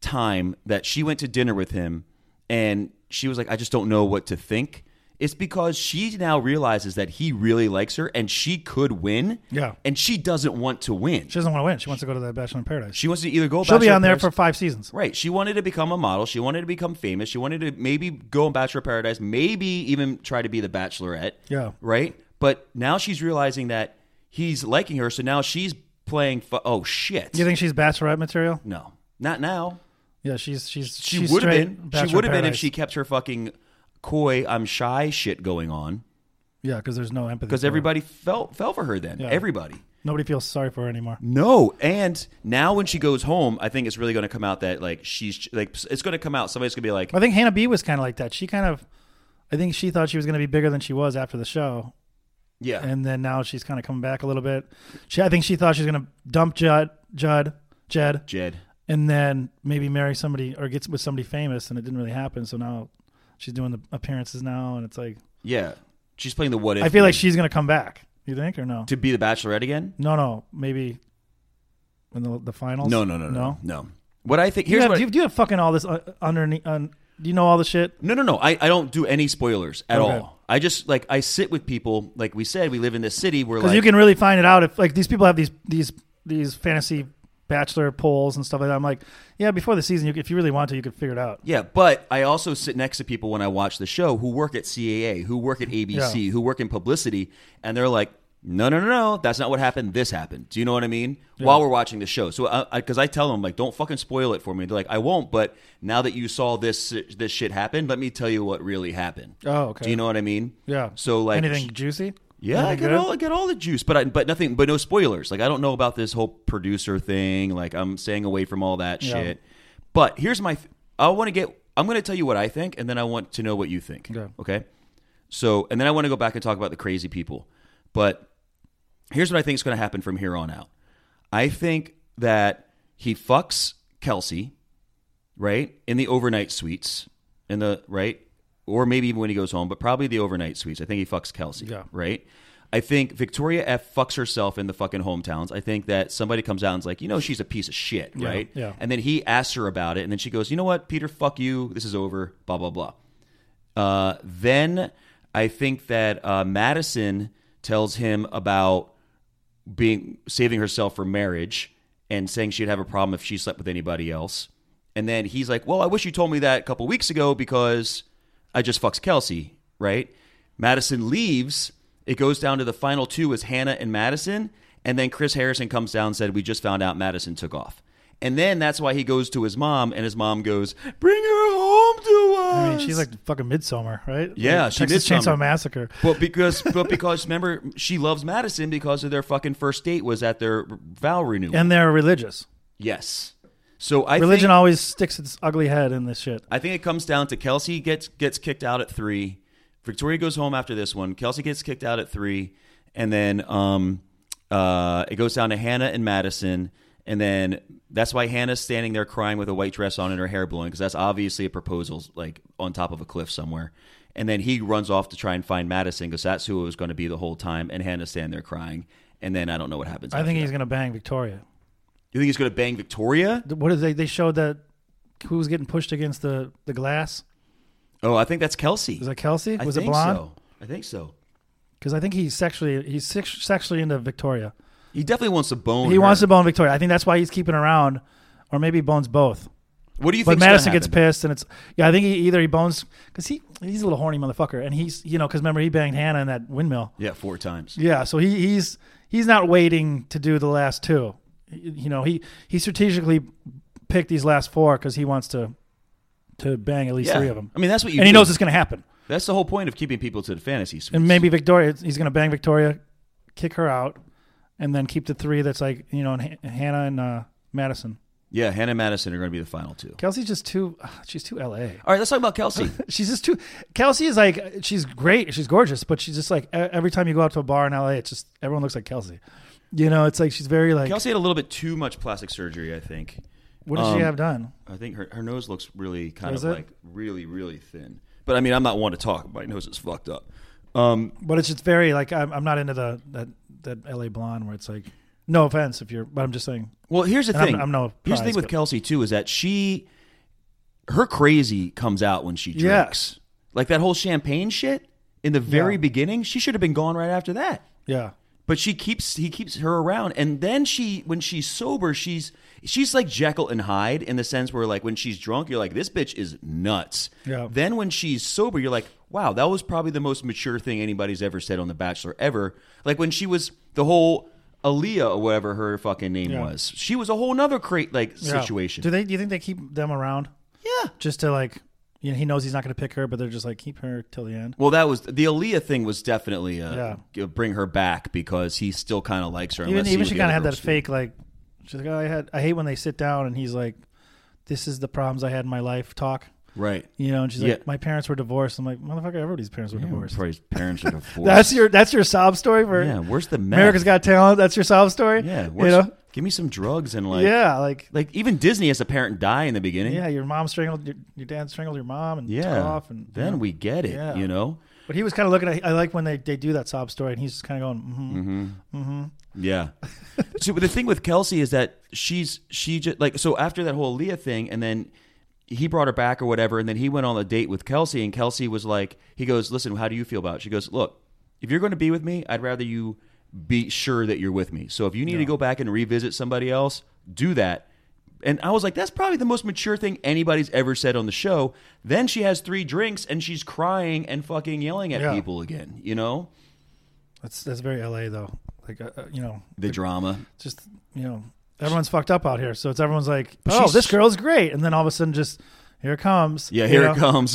[SPEAKER 2] time that she went to dinner with him and she was like, I just don't know what to think. It's because she now realizes that he really likes her and she could win.
[SPEAKER 3] Yeah.
[SPEAKER 2] And she doesn't want to win.
[SPEAKER 3] She doesn't want to win. She wants to go to that Bachelor in Paradise.
[SPEAKER 2] She wants to either go
[SPEAKER 3] She'll be
[SPEAKER 2] Bachelor
[SPEAKER 3] on there
[SPEAKER 2] Paradise-
[SPEAKER 3] for five seasons.
[SPEAKER 2] Right. She wanted to become a model. She wanted to become famous. She wanted to maybe go on Bachelor of Paradise, maybe even try to be the bachelorette.
[SPEAKER 3] Yeah.
[SPEAKER 2] Right. But now she's realizing that he's liking her. So now she's playing. Fu- oh, shit.
[SPEAKER 3] You think she's Bachelorette material?
[SPEAKER 2] no, not now.
[SPEAKER 3] Yeah, she's she's
[SPEAKER 2] She
[SPEAKER 3] she's
[SPEAKER 2] would have
[SPEAKER 3] straight
[SPEAKER 2] been.
[SPEAKER 3] Bachelor
[SPEAKER 2] she
[SPEAKER 3] in
[SPEAKER 2] would have been if
[SPEAKER 3] Paradise.
[SPEAKER 2] she kept her fucking coy, I'm shy shit going on
[SPEAKER 3] Yeah, because there's no empathy.
[SPEAKER 2] because
[SPEAKER 3] for her.
[SPEAKER 2] everybody fell, fell for her then.
[SPEAKER 3] Yeah.
[SPEAKER 2] Everybody.
[SPEAKER 3] nobody feels sorry for her anymore.
[SPEAKER 2] No, and now when she goes home, I think it's really going to come out that like she's like it's going to come out. Somebody's going to be like,
[SPEAKER 3] I think Hannah B was kind of like that. She kind of, I think she thought she was going to be bigger than she was after the show,
[SPEAKER 2] yeah,
[SPEAKER 3] and then now she's kind of coming back a little bit. She, I think she thought she was going to dump Judd, Judd, Jed,
[SPEAKER 2] Jed.
[SPEAKER 3] and then maybe marry somebody or get with somebody famous, and it didn't really happen. So now she's doing the appearances now, and it's like
[SPEAKER 2] Yeah, she's playing the what if.
[SPEAKER 3] I feel like
[SPEAKER 2] game.
[SPEAKER 3] she's going to come back. You think or no?
[SPEAKER 2] to be the Bachelorette again.
[SPEAKER 3] No, no, maybe in the, the finals.
[SPEAKER 2] No, no, no, no, no.
[SPEAKER 3] no.
[SPEAKER 2] What I think
[SPEAKER 3] You
[SPEAKER 2] here's
[SPEAKER 3] have,
[SPEAKER 2] what.
[SPEAKER 3] you, you have fucking all this uh, underneath. Un, do you know all the shit?
[SPEAKER 2] no, no, no. I, I don't do any spoilers at
[SPEAKER 3] Okay.
[SPEAKER 2] all. I just like I sit with people. Like we said, we live in this city where
[SPEAKER 3] because
[SPEAKER 2] like
[SPEAKER 3] you can really find it out if like these people have these these these fantasy bachelor polls and stuff like that. I'm like, yeah, before the season, you, could- if you really want to, you could figure it out.
[SPEAKER 2] yeah. But I also sit next to people when I watch the show who work at CAA, who work at ABC,
[SPEAKER 3] Yeah.
[SPEAKER 2] who work in publicity, and they're like. No, no, no, no. That's not what happened. This happened. Do you know what I mean? While we're watching the show, so because I, because I tell them like, don't fucking spoil it for me. They're like, I won't. But now that you saw this this shit happen, let me tell you what really happened.
[SPEAKER 3] Oh, okay.
[SPEAKER 2] Do you know what I mean?
[SPEAKER 3] Yeah.
[SPEAKER 2] So like,
[SPEAKER 3] anything juicy?
[SPEAKER 2] Yeah, I
[SPEAKER 3] Anything
[SPEAKER 2] get
[SPEAKER 3] good?
[SPEAKER 2] all I get all the juice, but I, but nothing, but no spoilers. Like I don't know about this whole producer thing. Like I'm staying away from all that
[SPEAKER 3] Yeah.
[SPEAKER 2] shit. But here's my, th- I want to get. I'm going to tell you what I think, and then I want to know what you think.
[SPEAKER 3] Okay.
[SPEAKER 2] Okay. So, and then I want to go back and talk about the crazy people. But here's what I think is going to happen from here on out. I think that he fucks Kelsey, right, in the overnight suites, in the right, or maybe even when he goes home, but probably the overnight suites. I think he fucks Kelsey,
[SPEAKER 3] Yeah.
[SPEAKER 2] right. I think Victoria F fucks herself in the fucking hometowns. I think that somebody comes out and's like, you know, she's a piece of shit, right?
[SPEAKER 3] yeah.
[SPEAKER 2] And then he asks her about it, and then she goes, you know what, Peter, fuck you. This is over. Blah blah blah. Uh, then I think that uh, Madison tells him about being saving herself for marriage and saying she'd have a problem if she slept with anybody else. And then he's like, "Well, I wish you told me that a couple weeks ago because I just fucks Kelsey, right?" Madison leaves. It goes down to the final two is Hannah and Madison, and then Chris Harrison comes down and said, "We just found out Madison took off." And then that's why he goes to his mom, and his mom goes, "Bring her home to us."
[SPEAKER 3] I mean, she's like fucking midsummer, right?
[SPEAKER 2] Yeah,
[SPEAKER 3] Like,
[SPEAKER 2] she
[SPEAKER 3] Texas
[SPEAKER 2] Midsommar.
[SPEAKER 3] Chainsaw Massacre.
[SPEAKER 2] But because but because remember she loves Madison because of their fucking first date was at their vow renewal.
[SPEAKER 3] And they're religious.
[SPEAKER 2] yes. So I
[SPEAKER 3] Religion
[SPEAKER 2] think,
[SPEAKER 3] always sticks its ugly head in this shit.
[SPEAKER 2] I think it comes down to Kelsey gets gets kicked out at three. Victoria goes home after this one. Kelsey gets kicked out at three, and then um, uh, it goes down to Hannah and Madison, and then that's why Hannah's standing there crying with a white dress on and her hair blowing because that's obviously a proposal like on top of a cliff somewhere. And then he runs off to try and find Madison because that's who it was going to be the whole time. And Hannah's standing there crying. And then I don't know what happens.
[SPEAKER 3] I think
[SPEAKER 2] after
[SPEAKER 3] he's
[SPEAKER 2] that.
[SPEAKER 3] gonna bang Victoria.
[SPEAKER 2] You think he's going to bang Victoria?
[SPEAKER 3] Th- What is they? They showed that who was getting pushed against the the glass.
[SPEAKER 2] Oh, I think that's Kelsey.
[SPEAKER 3] Was that Kelsey?
[SPEAKER 2] I
[SPEAKER 3] Was it
[SPEAKER 2] think
[SPEAKER 3] blonde?
[SPEAKER 2] So. I think so.
[SPEAKER 3] Because I think he's sexually he's sex- sexually into Victoria.
[SPEAKER 2] He definitely wants to bone.
[SPEAKER 3] He
[SPEAKER 2] her.
[SPEAKER 3] wants to bone Victoria. I think that's why he's keeping around, or maybe bones both.
[SPEAKER 2] What do you
[SPEAKER 3] But
[SPEAKER 2] think's gonna
[SPEAKER 3] Madison gets
[SPEAKER 2] happen?
[SPEAKER 3] pissed, and it's yeah. I think he, either he bones because he he's a little horny motherfucker, and he's you know because remember he banged Hannah in that windmill.
[SPEAKER 2] Yeah, four times.
[SPEAKER 3] Yeah, so he, he's he's not waiting to do the last two. You know, he he strategically picked these last four because he wants to to bang at least
[SPEAKER 2] Yeah.
[SPEAKER 3] three of them,
[SPEAKER 2] I mean, that's what you.
[SPEAKER 3] and he
[SPEAKER 2] do.
[SPEAKER 3] knows it's going to happen.
[SPEAKER 2] That's the whole point of keeping people to the fantasy suites.
[SPEAKER 3] And maybe Victoria, he's going to bang Victoria, kick her out, and then keep the three that's like you know, and Han- Hannah and uh, Madison.
[SPEAKER 2] yeah, Hannah and Madison are going to be the final two.
[SPEAKER 3] Kelsey's just too. ah, She's too L.A.
[SPEAKER 2] All right, let's talk about Kelsey.
[SPEAKER 3] She's just too. Kelsey is like she's great. She's gorgeous, but she's just like e- every time you go out to a bar in L.A., it's just everyone looks like Kelsey. You know, it's like she's very like.
[SPEAKER 2] Kelsey had a little bit too much plastic surgery, I think.
[SPEAKER 3] what did
[SPEAKER 2] um,
[SPEAKER 3] she have done?
[SPEAKER 2] I think her, her nose looks really kind
[SPEAKER 3] Does
[SPEAKER 2] of
[SPEAKER 3] it?
[SPEAKER 2] like really, really thin. But I mean, I'm not one to talk. My nose is fucked up. Um,
[SPEAKER 3] But it's just very like I'm, I'm not into the that that L.A. blonde where it's like. No offense if you're, but I'm just saying.
[SPEAKER 2] well, here's the
[SPEAKER 3] And I'm-
[SPEAKER 2] thing.
[SPEAKER 3] I'm no
[SPEAKER 2] here's the thing
[SPEAKER 3] prize,
[SPEAKER 2] with
[SPEAKER 3] but-
[SPEAKER 2] Kelsey too is that she, her crazy comes out when she drinks.
[SPEAKER 3] Yeah.
[SPEAKER 2] Like that whole champagne shit in the very
[SPEAKER 3] Yeah.
[SPEAKER 2] beginning. She should have been gone right after that.
[SPEAKER 3] Yeah.
[SPEAKER 2] But she keeps he keeps her around, and then she when she's sober, she's she's like Jekyll and Hyde in the sense where like when she's drunk, you're like this bitch is nuts.
[SPEAKER 3] Yeah.
[SPEAKER 2] Then when she's sober, you're like, wow, that was probably the most mature thing anybody's ever said on The Bachelor ever. Like when she was the whole Aaliyah or whatever her fucking name
[SPEAKER 3] Yeah.
[SPEAKER 2] was, she was a whole nother crate like
[SPEAKER 3] Yeah.
[SPEAKER 2] situation.
[SPEAKER 3] Do they? Do you think they keep them around
[SPEAKER 2] yeah.
[SPEAKER 3] just to like? You know, he knows he's not going to pick her, but they're just like keep her till the end.
[SPEAKER 2] Well, that was the Aaliyah thing was definitely uh bring her back because he still kind of likes her.
[SPEAKER 3] Even
[SPEAKER 2] unless he
[SPEAKER 3] even
[SPEAKER 2] was
[SPEAKER 3] she
[SPEAKER 2] the
[SPEAKER 3] kind
[SPEAKER 2] other
[SPEAKER 3] of had that
[SPEAKER 2] girl's dude.
[SPEAKER 3] fake like. She's like, oh, I had. I hate when they sit down and he's like, "This is the problems I had in my life." Talk.
[SPEAKER 2] right.
[SPEAKER 3] You know, and she's
[SPEAKER 2] Yeah.
[SPEAKER 3] like, "My parents were divorced." I'm like, "Motherfucker, everybody's parents were divorced."
[SPEAKER 2] Probably his parents are divorced.
[SPEAKER 3] That's your that's your sob story for
[SPEAKER 2] yeah. Where's the meth?
[SPEAKER 3] America's Got Talent. That's your sob story.
[SPEAKER 2] yeah.
[SPEAKER 3] you
[SPEAKER 2] Where's,
[SPEAKER 3] know.
[SPEAKER 2] give me some drugs and like
[SPEAKER 3] yeah, like
[SPEAKER 2] like even Disney has a parent die in the beginning.
[SPEAKER 3] yeah, your mom strangled your, your dad strangled your mom and
[SPEAKER 2] yeah.
[SPEAKER 3] took off and
[SPEAKER 2] then
[SPEAKER 3] you know.
[SPEAKER 2] we get it.
[SPEAKER 3] Yeah.
[SPEAKER 2] You know.
[SPEAKER 3] But he was kind of looking at. I like when they, they do that sob story, and he's just kind of going, mm-hmm.
[SPEAKER 2] Yeah. so but the thing with Kelsey is that she's she just like so after that whole Leah thing and then he brought her back or whatever and then he went on a date with Kelsey and Kelsey was like he goes, "Listen, how do you feel about it?" She goes, "Look, if you're going to be with me, I'd rather you be sure that you're with me. So if you need to go back and revisit somebody else, do that." And I was like, that's probably the most mature thing anybody's ever said on the show. Then she has three drinks and she's crying and fucking yelling at
[SPEAKER 3] Yeah.
[SPEAKER 2] people again, you know?
[SPEAKER 3] That's that's very L.A. though. Like uh, uh, you know,
[SPEAKER 2] The drama.
[SPEAKER 3] just you know, everyone's fucked up out here. So it's everyone's like, oh,
[SPEAKER 2] she's-
[SPEAKER 3] this girl's great, and then all of a sudden, just here it comes.
[SPEAKER 2] Yeah,
[SPEAKER 3] You
[SPEAKER 2] here it
[SPEAKER 3] know?
[SPEAKER 2] comes.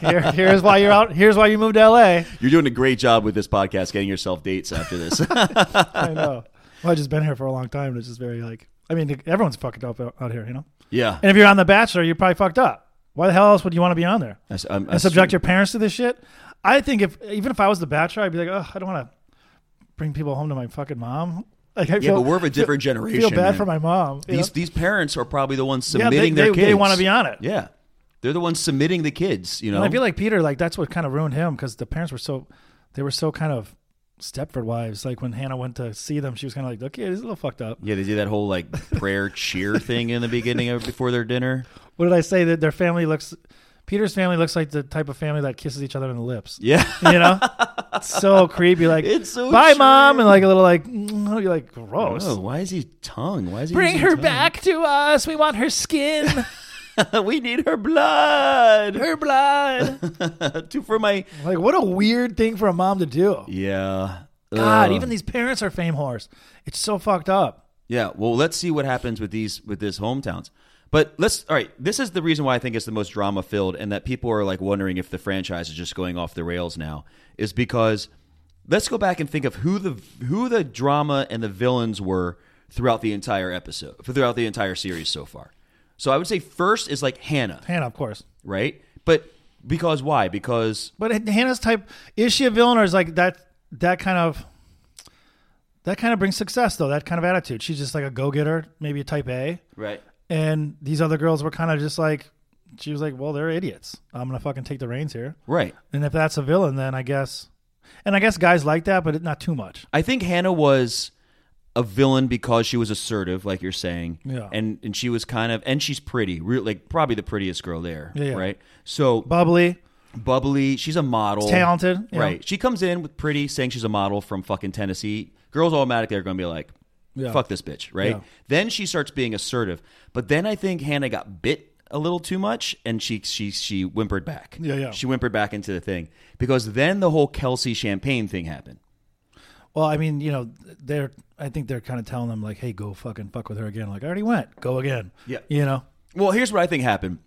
[SPEAKER 3] Here, here's why you're out. Here's why you moved to L.A.
[SPEAKER 2] You're doing a great job with this podcast, getting yourself dates after this.
[SPEAKER 3] I know. Well, I just been here for a long time, and it's just very like. I mean, everyone's fucked up out out here, you know.
[SPEAKER 2] yeah.
[SPEAKER 3] And if you're on The Bachelor, you're probably fucked up. Why the hell else would you want to be on there?
[SPEAKER 2] That's- I'm-
[SPEAKER 3] and
[SPEAKER 2] that's
[SPEAKER 3] subject
[SPEAKER 2] true.
[SPEAKER 3] your parents to this shit. I think if even if I was the bachelor, I'd be like, oh, I don't want to bring people home to my fucking mom. Like, I
[SPEAKER 2] Yeah,
[SPEAKER 3] feel,
[SPEAKER 2] but we're of a
[SPEAKER 3] feel-
[SPEAKER 2] different generation.
[SPEAKER 3] Feel bad
[SPEAKER 2] man.
[SPEAKER 3] for my mom. you
[SPEAKER 2] These
[SPEAKER 3] know?
[SPEAKER 2] these parents are probably the ones
[SPEAKER 3] Yeah, they-
[SPEAKER 2] submitting their
[SPEAKER 3] they-
[SPEAKER 2] kids.
[SPEAKER 3] they wanna be on it.
[SPEAKER 2] Yeah. They're the ones submitting the kids, you know.
[SPEAKER 3] And I feel like Peter, like that's what kind of ruined him because the parents were so, they were so kind of Stepford wives. Like when Hannah went to see them, she was kind of like, okay, this is a little fucked up.
[SPEAKER 2] yeah, they do that whole like prayer cheer thing in the beginning of before their dinner.
[SPEAKER 3] What did I say? That their family looks, Peter's family looks like the type of family that kisses each other on the lips.
[SPEAKER 2] Yeah.
[SPEAKER 3] You know, It's so creepy. Like,
[SPEAKER 2] It's so
[SPEAKER 3] bye, mom,
[SPEAKER 2] true.
[SPEAKER 3] and like a little like, mm, you're like gross.
[SPEAKER 2] Oh, why is he tongue? Why is he
[SPEAKER 3] Bring
[SPEAKER 2] using
[SPEAKER 3] her
[SPEAKER 2] tongue?
[SPEAKER 3] back to us. We want her skin,
[SPEAKER 2] we need her blood.
[SPEAKER 3] her blood.
[SPEAKER 2] Two for my
[SPEAKER 3] like, what a weird thing for a mom to do.
[SPEAKER 2] Yeah.
[SPEAKER 3] God,
[SPEAKER 2] Ugh.
[SPEAKER 3] even these parents are fame whores. It's so fucked up.
[SPEAKER 2] Yeah, well, let's see what happens with these with this hometowns. But let's all right. This is the reason why I think it's the most drama filled, and that people are like wondering if the franchise is just going off the rails now, is because let's go back and think of who the who the drama and the villains were throughout the entire episode, throughout the entire series so far. So I would say first is like Hannah,
[SPEAKER 3] Hannah, of course.
[SPEAKER 2] right? But because why? Because
[SPEAKER 3] But Hannah's type is she a villain or is like that that kind of that kind of brings success though, that kind of attitude. She's just like a go getter, maybe a type A.
[SPEAKER 2] right,
[SPEAKER 3] And these other girls were kind of just like she was like, Well, they're idiots. I'm gonna fucking take the reins here.
[SPEAKER 2] right.
[SPEAKER 3] And if that's a villain, then I guess and I guess guys like that, but not too much.
[SPEAKER 2] I think Hannah was a villain because she was assertive, like you're saying.
[SPEAKER 3] Yeah.
[SPEAKER 2] And and she was kind of and she's pretty, real, like probably the prettiest girl there.
[SPEAKER 3] Yeah, yeah.
[SPEAKER 2] Right. So
[SPEAKER 3] Bubbly.
[SPEAKER 2] bubbly, she's a model,
[SPEAKER 3] Talented, you know.
[SPEAKER 2] Right. She comes in with pretty, saying she's a model from fucking Tennessee. Girls automatically are going to be like,
[SPEAKER 3] Yeah.
[SPEAKER 2] Fuck this bitch, right?
[SPEAKER 3] Yeah.
[SPEAKER 2] Then she starts being assertive. But then I think Hannah got bit a little too much and she she she whimpered back.
[SPEAKER 3] Yeah, yeah.
[SPEAKER 2] She whimpered back into the thing because then the whole Kelsey champagne thing happened.
[SPEAKER 3] Well, I mean, you know, they're. I think they're kind of telling them like, "Hey, go fucking fuck with her again." Like, I already went. Go again.
[SPEAKER 2] Yeah.
[SPEAKER 3] You know.
[SPEAKER 2] Well, here's what I think happened.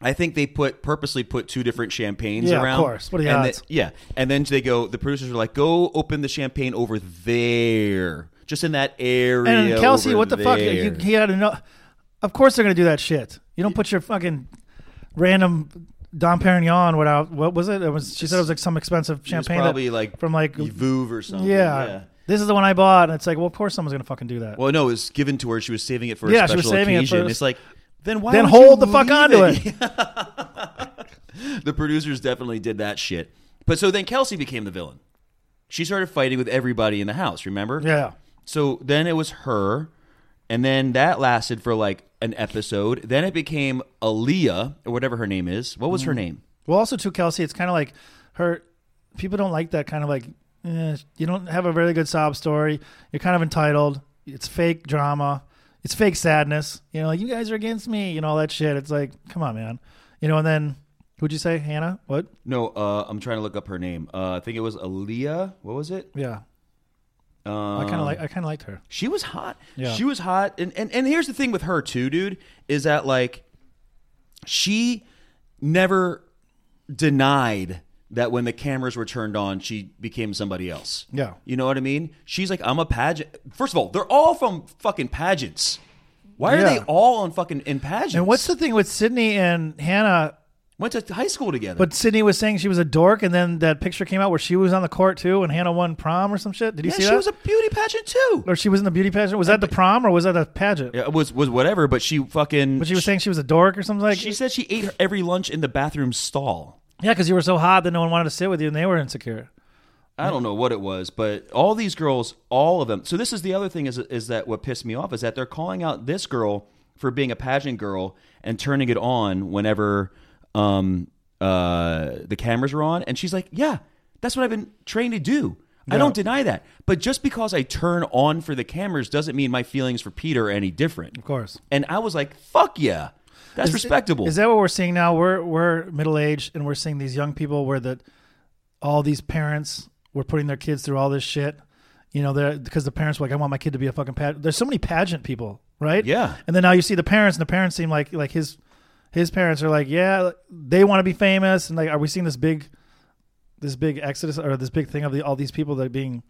[SPEAKER 2] I think they put purposely put two different champagnes
[SPEAKER 3] Yeah, of
[SPEAKER 2] around.
[SPEAKER 3] course. What are the
[SPEAKER 2] and
[SPEAKER 3] odds?
[SPEAKER 2] the- yeah, and then they go. The producers are like, "Go open the champagne over there, just in that area."
[SPEAKER 3] And Kelsey,
[SPEAKER 2] over
[SPEAKER 3] what the fuck?
[SPEAKER 2] there."
[SPEAKER 3] You, he had to know. Of course, they're gonna do that shit. You don't put your fucking random Dom Perignon. What out? What was it? It was. She said it was like some expensive
[SPEAKER 2] It was
[SPEAKER 3] champagne. that-
[SPEAKER 2] probably like
[SPEAKER 3] from like. Yeah,
[SPEAKER 2] Vouv or something.
[SPEAKER 3] This is the one I bought, and it's like, well, of course, someone's gonna fucking do that.
[SPEAKER 2] Well, no, it was given to her. She was saving it for
[SPEAKER 3] Yeah,
[SPEAKER 2] a
[SPEAKER 3] she
[SPEAKER 2] special
[SPEAKER 3] was saving it
[SPEAKER 2] occasion.
[SPEAKER 3] for-
[SPEAKER 2] It's like then why?
[SPEAKER 3] then
[SPEAKER 2] would
[SPEAKER 3] hold
[SPEAKER 2] you
[SPEAKER 3] the fuck
[SPEAKER 2] leave
[SPEAKER 3] onto
[SPEAKER 2] the producers definitely did that shit. But so then Kelsey became the villain. She started fighting with everybody in the house. Remember?
[SPEAKER 3] yeah.
[SPEAKER 2] So then it was her, and then that lasted for like an episode. Then it became Aaliyah or whatever her name is. What was her name?
[SPEAKER 3] Well, also too, Kelsey, it's kind of like her. People don't like that kind of like. Eh, you don't have a really good sob story. You're kind of entitled. It's fake drama. It's fake sadness. You know, like you guys are against me. You know all that shit. It's like, come on, man. You know, and then who'd you say, Hannah? What?
[SPEAKER 2] No, uh, I'm trying to look up her name. Uh, I think it was Aaliyah. What was it?
[SPEAKER 3] Yeah,
[SPEAKER 2] Um,
[SPEAKER 3] I kind of like. I kind of liked her.
[SPEAKER 2] She was hot.
[SPEAKER 3] Yeah.
[SPEAKER 2] She was hot. And, and and here's the thing with her too, dude, is that like she never denied that when the cameras were turned on, she became somebody else.
[SPEAKER 3] Yeah.
[SPEAKER 2] You know what I mean? She's like, I'm a pageant. First of all, they're all from fucking pageants. Why are
[SPEAKER 3] Yeah.
[SPEAKER 2] they all on fucking in pageants?
[SPEAKER 3] And what's the thing with Sydney and Hannah?
[SPEAKER 2] went to high school together?
[SPEAKER 3] But Sydney was saying she was a dork, and then that picture came out where she was on the court too, and Hannah won prom or some shit. Did you
[SPEAKER 2] yeah,
[SPEAKER 3] see
[SPEAKER 2] she
[SPEAKER 3] that?
[SPEAKER 2] was a beauty pageant too.
[SPEAKER 3] or she was in the beauty pageant. Was that the prom or was that the pageant?
[SPEAKER 2] Yeah, it was was whatever. But she fucking.
[SPEAKER 3] But she was saying she was a dork or something like.
[SPEAKER 2] she said she ate her every lunch in the bathroom stall.
[SPEAKER 3] Yeah, because you were so hot that no one wanted to sit with you, and they were insecure.
[SPEAKER 2] I don't know what it was, but all these girls, all of them. So this is the other thing is is that what pissed me off is that they're calling out this girl for being a pageant girl and turning it on whenever um uh the cameras were on and she's like, "Yeah, that's what I've been trained to do." I don't deny that. But just because I turn on for the cameras doesn't mean my feelings for Peter are any different.
[SPEAKER 3] Of course,
[SPEAKER 2] And I was like, "Fuck yeah. That's respectable."
[SPEAKER 3] Is that what we're seeing now? We're we're middle aged, and we're seeing these young people where that all these parents were putting their kids through all this shit. You know, they're because the parents were like, "I want my kid to be a fucking pageant." There's so many pageant people, right?
[SPEAKER 2] Yeah.
[SPEAKER 3] And then now you see the parents, and the parents seem like like his his parents are like, "Yeah, they want to be famous," and like, are we seeing this big this big exodus or this big thing of the, all these people that are being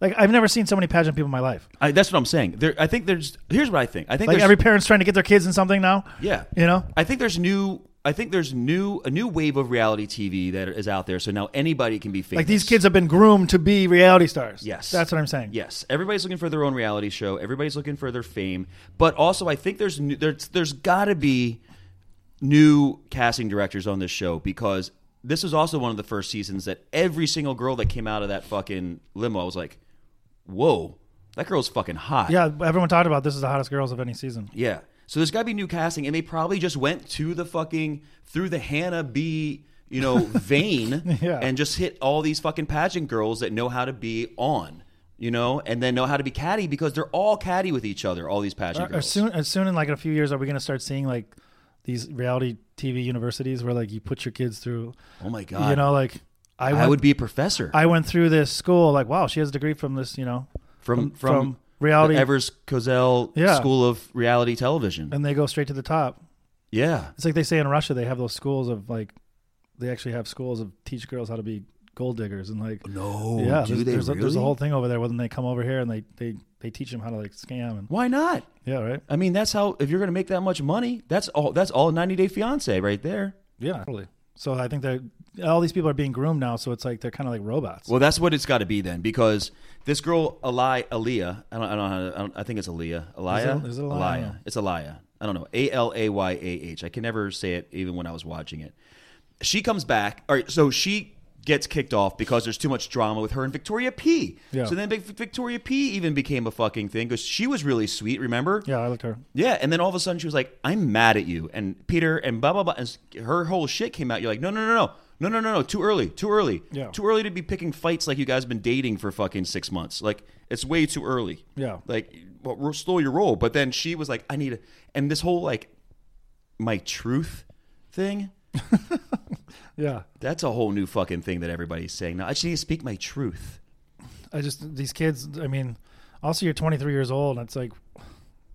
[SPEAKER 3] like I've never seen so many pageant people in my life.
[SPEAKER 2] I, that's what I'm saying. There, I think there's here's what I think. I think
[SPEAKER 3] Like
[SPEAKER 2] there's
[SPEAKER 3] every parent's trying to get their kids in something now.
[SPEAKER 2] yeah.
[SPEAKER 3] You know?
[SPEAKER 2] I think there's new. I think there's new a new wave of reality TV that is out there. So now anybody can be famous.
[SPEAKER 3] Like these kids have been groomed to be reality stars.
[SPEAKER 2] Yes.
[SPEAKER 3] That's what I'm saying.
[SPEAKER 2] Yes, everybody's looking for their own reality show. Everybody's looking for their fame. But also, I think there's new, there's there's got to be new casting directors on this show because this is also one of the first seasons that every single girl that came out of that fucking limo I was like, whoa, that girl's fucking hot.
[SPEAKER 3] Yeah, everyone talked about this is the hottest girls of any season.
[SPEAKER 2] Yeah. So there's got to be new casting, and they probably just went to the fucking through the Hannah B. You know, vein,
[SPEAKER 3] Yeah.
[SPEAKER 2] and just hit all these fucking pageant girls that know how to be on, you know, and then know how to be catty because they're all catty with each other. All these pageant
[SPEAKER 3] Uh, As
[SPEAKER 2] girls.
[SPEAKER 3] soon as soon in like a few years are we gonna start seeing like these reality TV universities where like you put your kids through
[SPEAKER 2] oh my god!
[SPEAKER 3] you know, like I went
[SPEAKER 2] I would be a professor
[SPEAKER 3] I went through this school, like, wow, she has a degree from this, you know.
[SPEAKER 2] from from,
[SPEAKER 3] from reality-
[SPEAKER 2] the Evers Cosell
[SPEAKER 3] Yeah.
[SPEAKER 2] School of Reality Television.
[SPEAKER 3] And they go straight to the top.
[SPEAKER 2] yeah,
[SPEAKER 3] It's like they say in Russia they have those schools of like they actually have schools of teach girls how to be gold diggers and like
[SPEAKER 2] no,
[SPEAKER 3] yeah,
[SPEAKER 2] do
[SPEAKER 3] there's,
[SPEAKER 2] they
[SPEAKER 3] there's, a,
[SPEAKER 2] really?
[SPEAKER 3] there's a whole thing over there when they come over here and they they they teach them how to like scam and
[SPEAKER 2] Why not?
[SPEAKER 3] yeah, right?
[SPEAKER 2] I mean, that's how if you're going to make that much money, that's all. That's all 90 Day Fiance right there.
[SPEAKER 3] Yeah, totally. So I think they're all these people are being groomed now, so it's like they're kind of like robots.
[SPEAKER 2] Well, that's what it's got to be then, because this girl Ali Aaliyah, I don't, I don't know, how to, I, don't, I think it's Aaliyah, Aaliyah,
[SPEAKER 3] is it Aaliyah?
[SPEAKER 2] Aaliyah. It's Aaliyah. I don't know, A L A Y A H. I can never say it, even when I was watching it. She comes back, all right. So she gets kicked off because there's too much drama with her and Victoria P.
[SPEAKER 3] Yeah.
[SPEAKER 2] So then Vic- Victoria P. even became a fucking thing because she was really sweet. Remember?
[SPEAKER 3] yeah, I looked her.
[SPEAKER 2] Yeah, and then all of a sudden she was like, "I'm mad at you," and Peter and blah blah blah, and s- her whole shit came out. You're like, "No, no, no, no! No, no, no, no. Too early. Too early.
[SPEAKER 3] Yeah.
[SPEAKER 2] Too early to be picking fights like you guys been dating for fucking six months. Like it's way too early.
[SPEAKER 3] Yeah.
[SPEAKER 2] Like, well, ro- slow your roll. But then she was like, I need a, and this whole like, my truth thing.
[SPEAKER 3] Yeah.
[SPEAKER 2] That's a whole new fucking thing that everybody's saying now. I just need to speak my truth.
[SPEAKER 3] I just these kids. I mean, also you're 23 years old, and it's like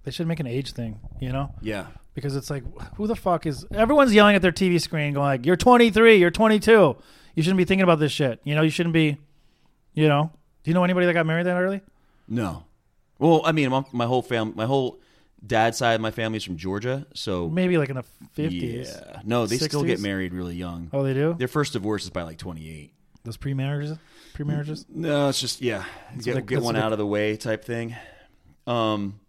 [SPEAKER 3] they should make an age thing, you know?
[SPEAKER 2] Yeah.
[SPEAKER 3] Because it's like, who the fuck is? Everyone's yelling at their TV screen, going like, "You're 23, you're 22, you shouldn't be thinking about this shit." You know, you shouldn't be. You know? Do you know anybody that got married that early?
[SPEAKER 2] No. Well, I mean, my, my whole family, my whole dad side of my family's from Georgia, so
[SPEAKER 3] Maybe like in the 50s.
[SPEAKER 2] yeah. No, they still get
[SPEAKER 3] 60s?
[SPEAKER 2] married really young.
[SPEAKER 3] Oh, they do
[SPEAKER 2] Their first divorce is by like 28.
[SPEAKER 3] those pre-marriages. Pre-marriages.
[SPEAKER 2] No, it's just yeah, get,
[SPEAKER 3] ridic-
[SPEAKER 2] get
[SPEAKER 3] that's
[SPEAKER 2] one
[SPEAKER 3] ridic-
[SPEAKER 2] out of the way type thing. Um,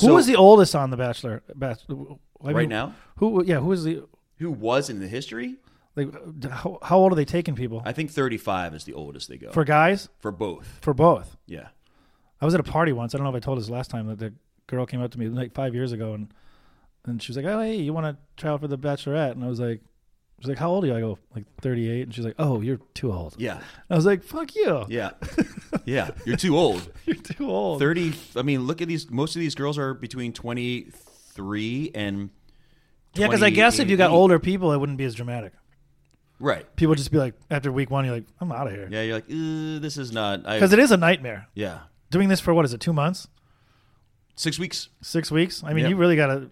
[SPEAKER 3] who
[SPEAKER 2] so-
[SPEAKER 3] was the oldest on the Bachelor? Bachelor I
[SPEAKER 2] right
[SPEAKER 3] mean,
[SPEAKER 2] now?
[SPEAKER 3] Who? Yeah. Who is the?
[SPEAKER 2] Who was in the history?
[SPEAKER 3] Like, how, how old are they taking people
[SPEAKER 2] I think 35 is the oldest they go
[SPEAKER 3] for
[SPEAKER 2] for,
[SPEAKER 3] guys?
[SPEAKER 2] both.
[SPEAKER 3] For both.
[SPEAKER 2] Yeah,
[SPEAKER 3] I was at a party once. I don't know if I told this last time that the girl came up to me like five years ago and and she was like, "Oh, hey, you want to try out for the Bachelorette?" And I was like, "She's like, how old are you?" I go, "Like 38." And she's like, "Oh, you're too old."
[SPEAKER 2] yeah,
[SPEAKER 3] I was like, "Fuck you,
[SPEAKER 2] yeah, yeah. You're too old.
[SPEAKER 3] you're too old."
[SPEAKER 2] 30. I mean, look at these. Most of these girls are between 23 and
[SPEAKER 3] yeah, because I guess if you got
[SPEAKER 2] 28.
[SPEAKER 3] older people, it wouldn't be as dramatic.
[SPEAKER 2] right.
[SPEAKER 3] People would just be like, after week one, you're like, "I'm out of here,"
[SPEAKER 2] Yeah, you're like, "Uh, this is not. I,
[SPEAKER 3] because it is a nightmare.
[SPEAKER 2] yeah,
[SPEAKER 3] Doing this for what is it? Two months?
[SPEAKER 2] six weeks.
[SPEAKER 3] Six weeks? I mean,
[SPEAKER 2] Yeah.
[SPEAKER 3] you really gotta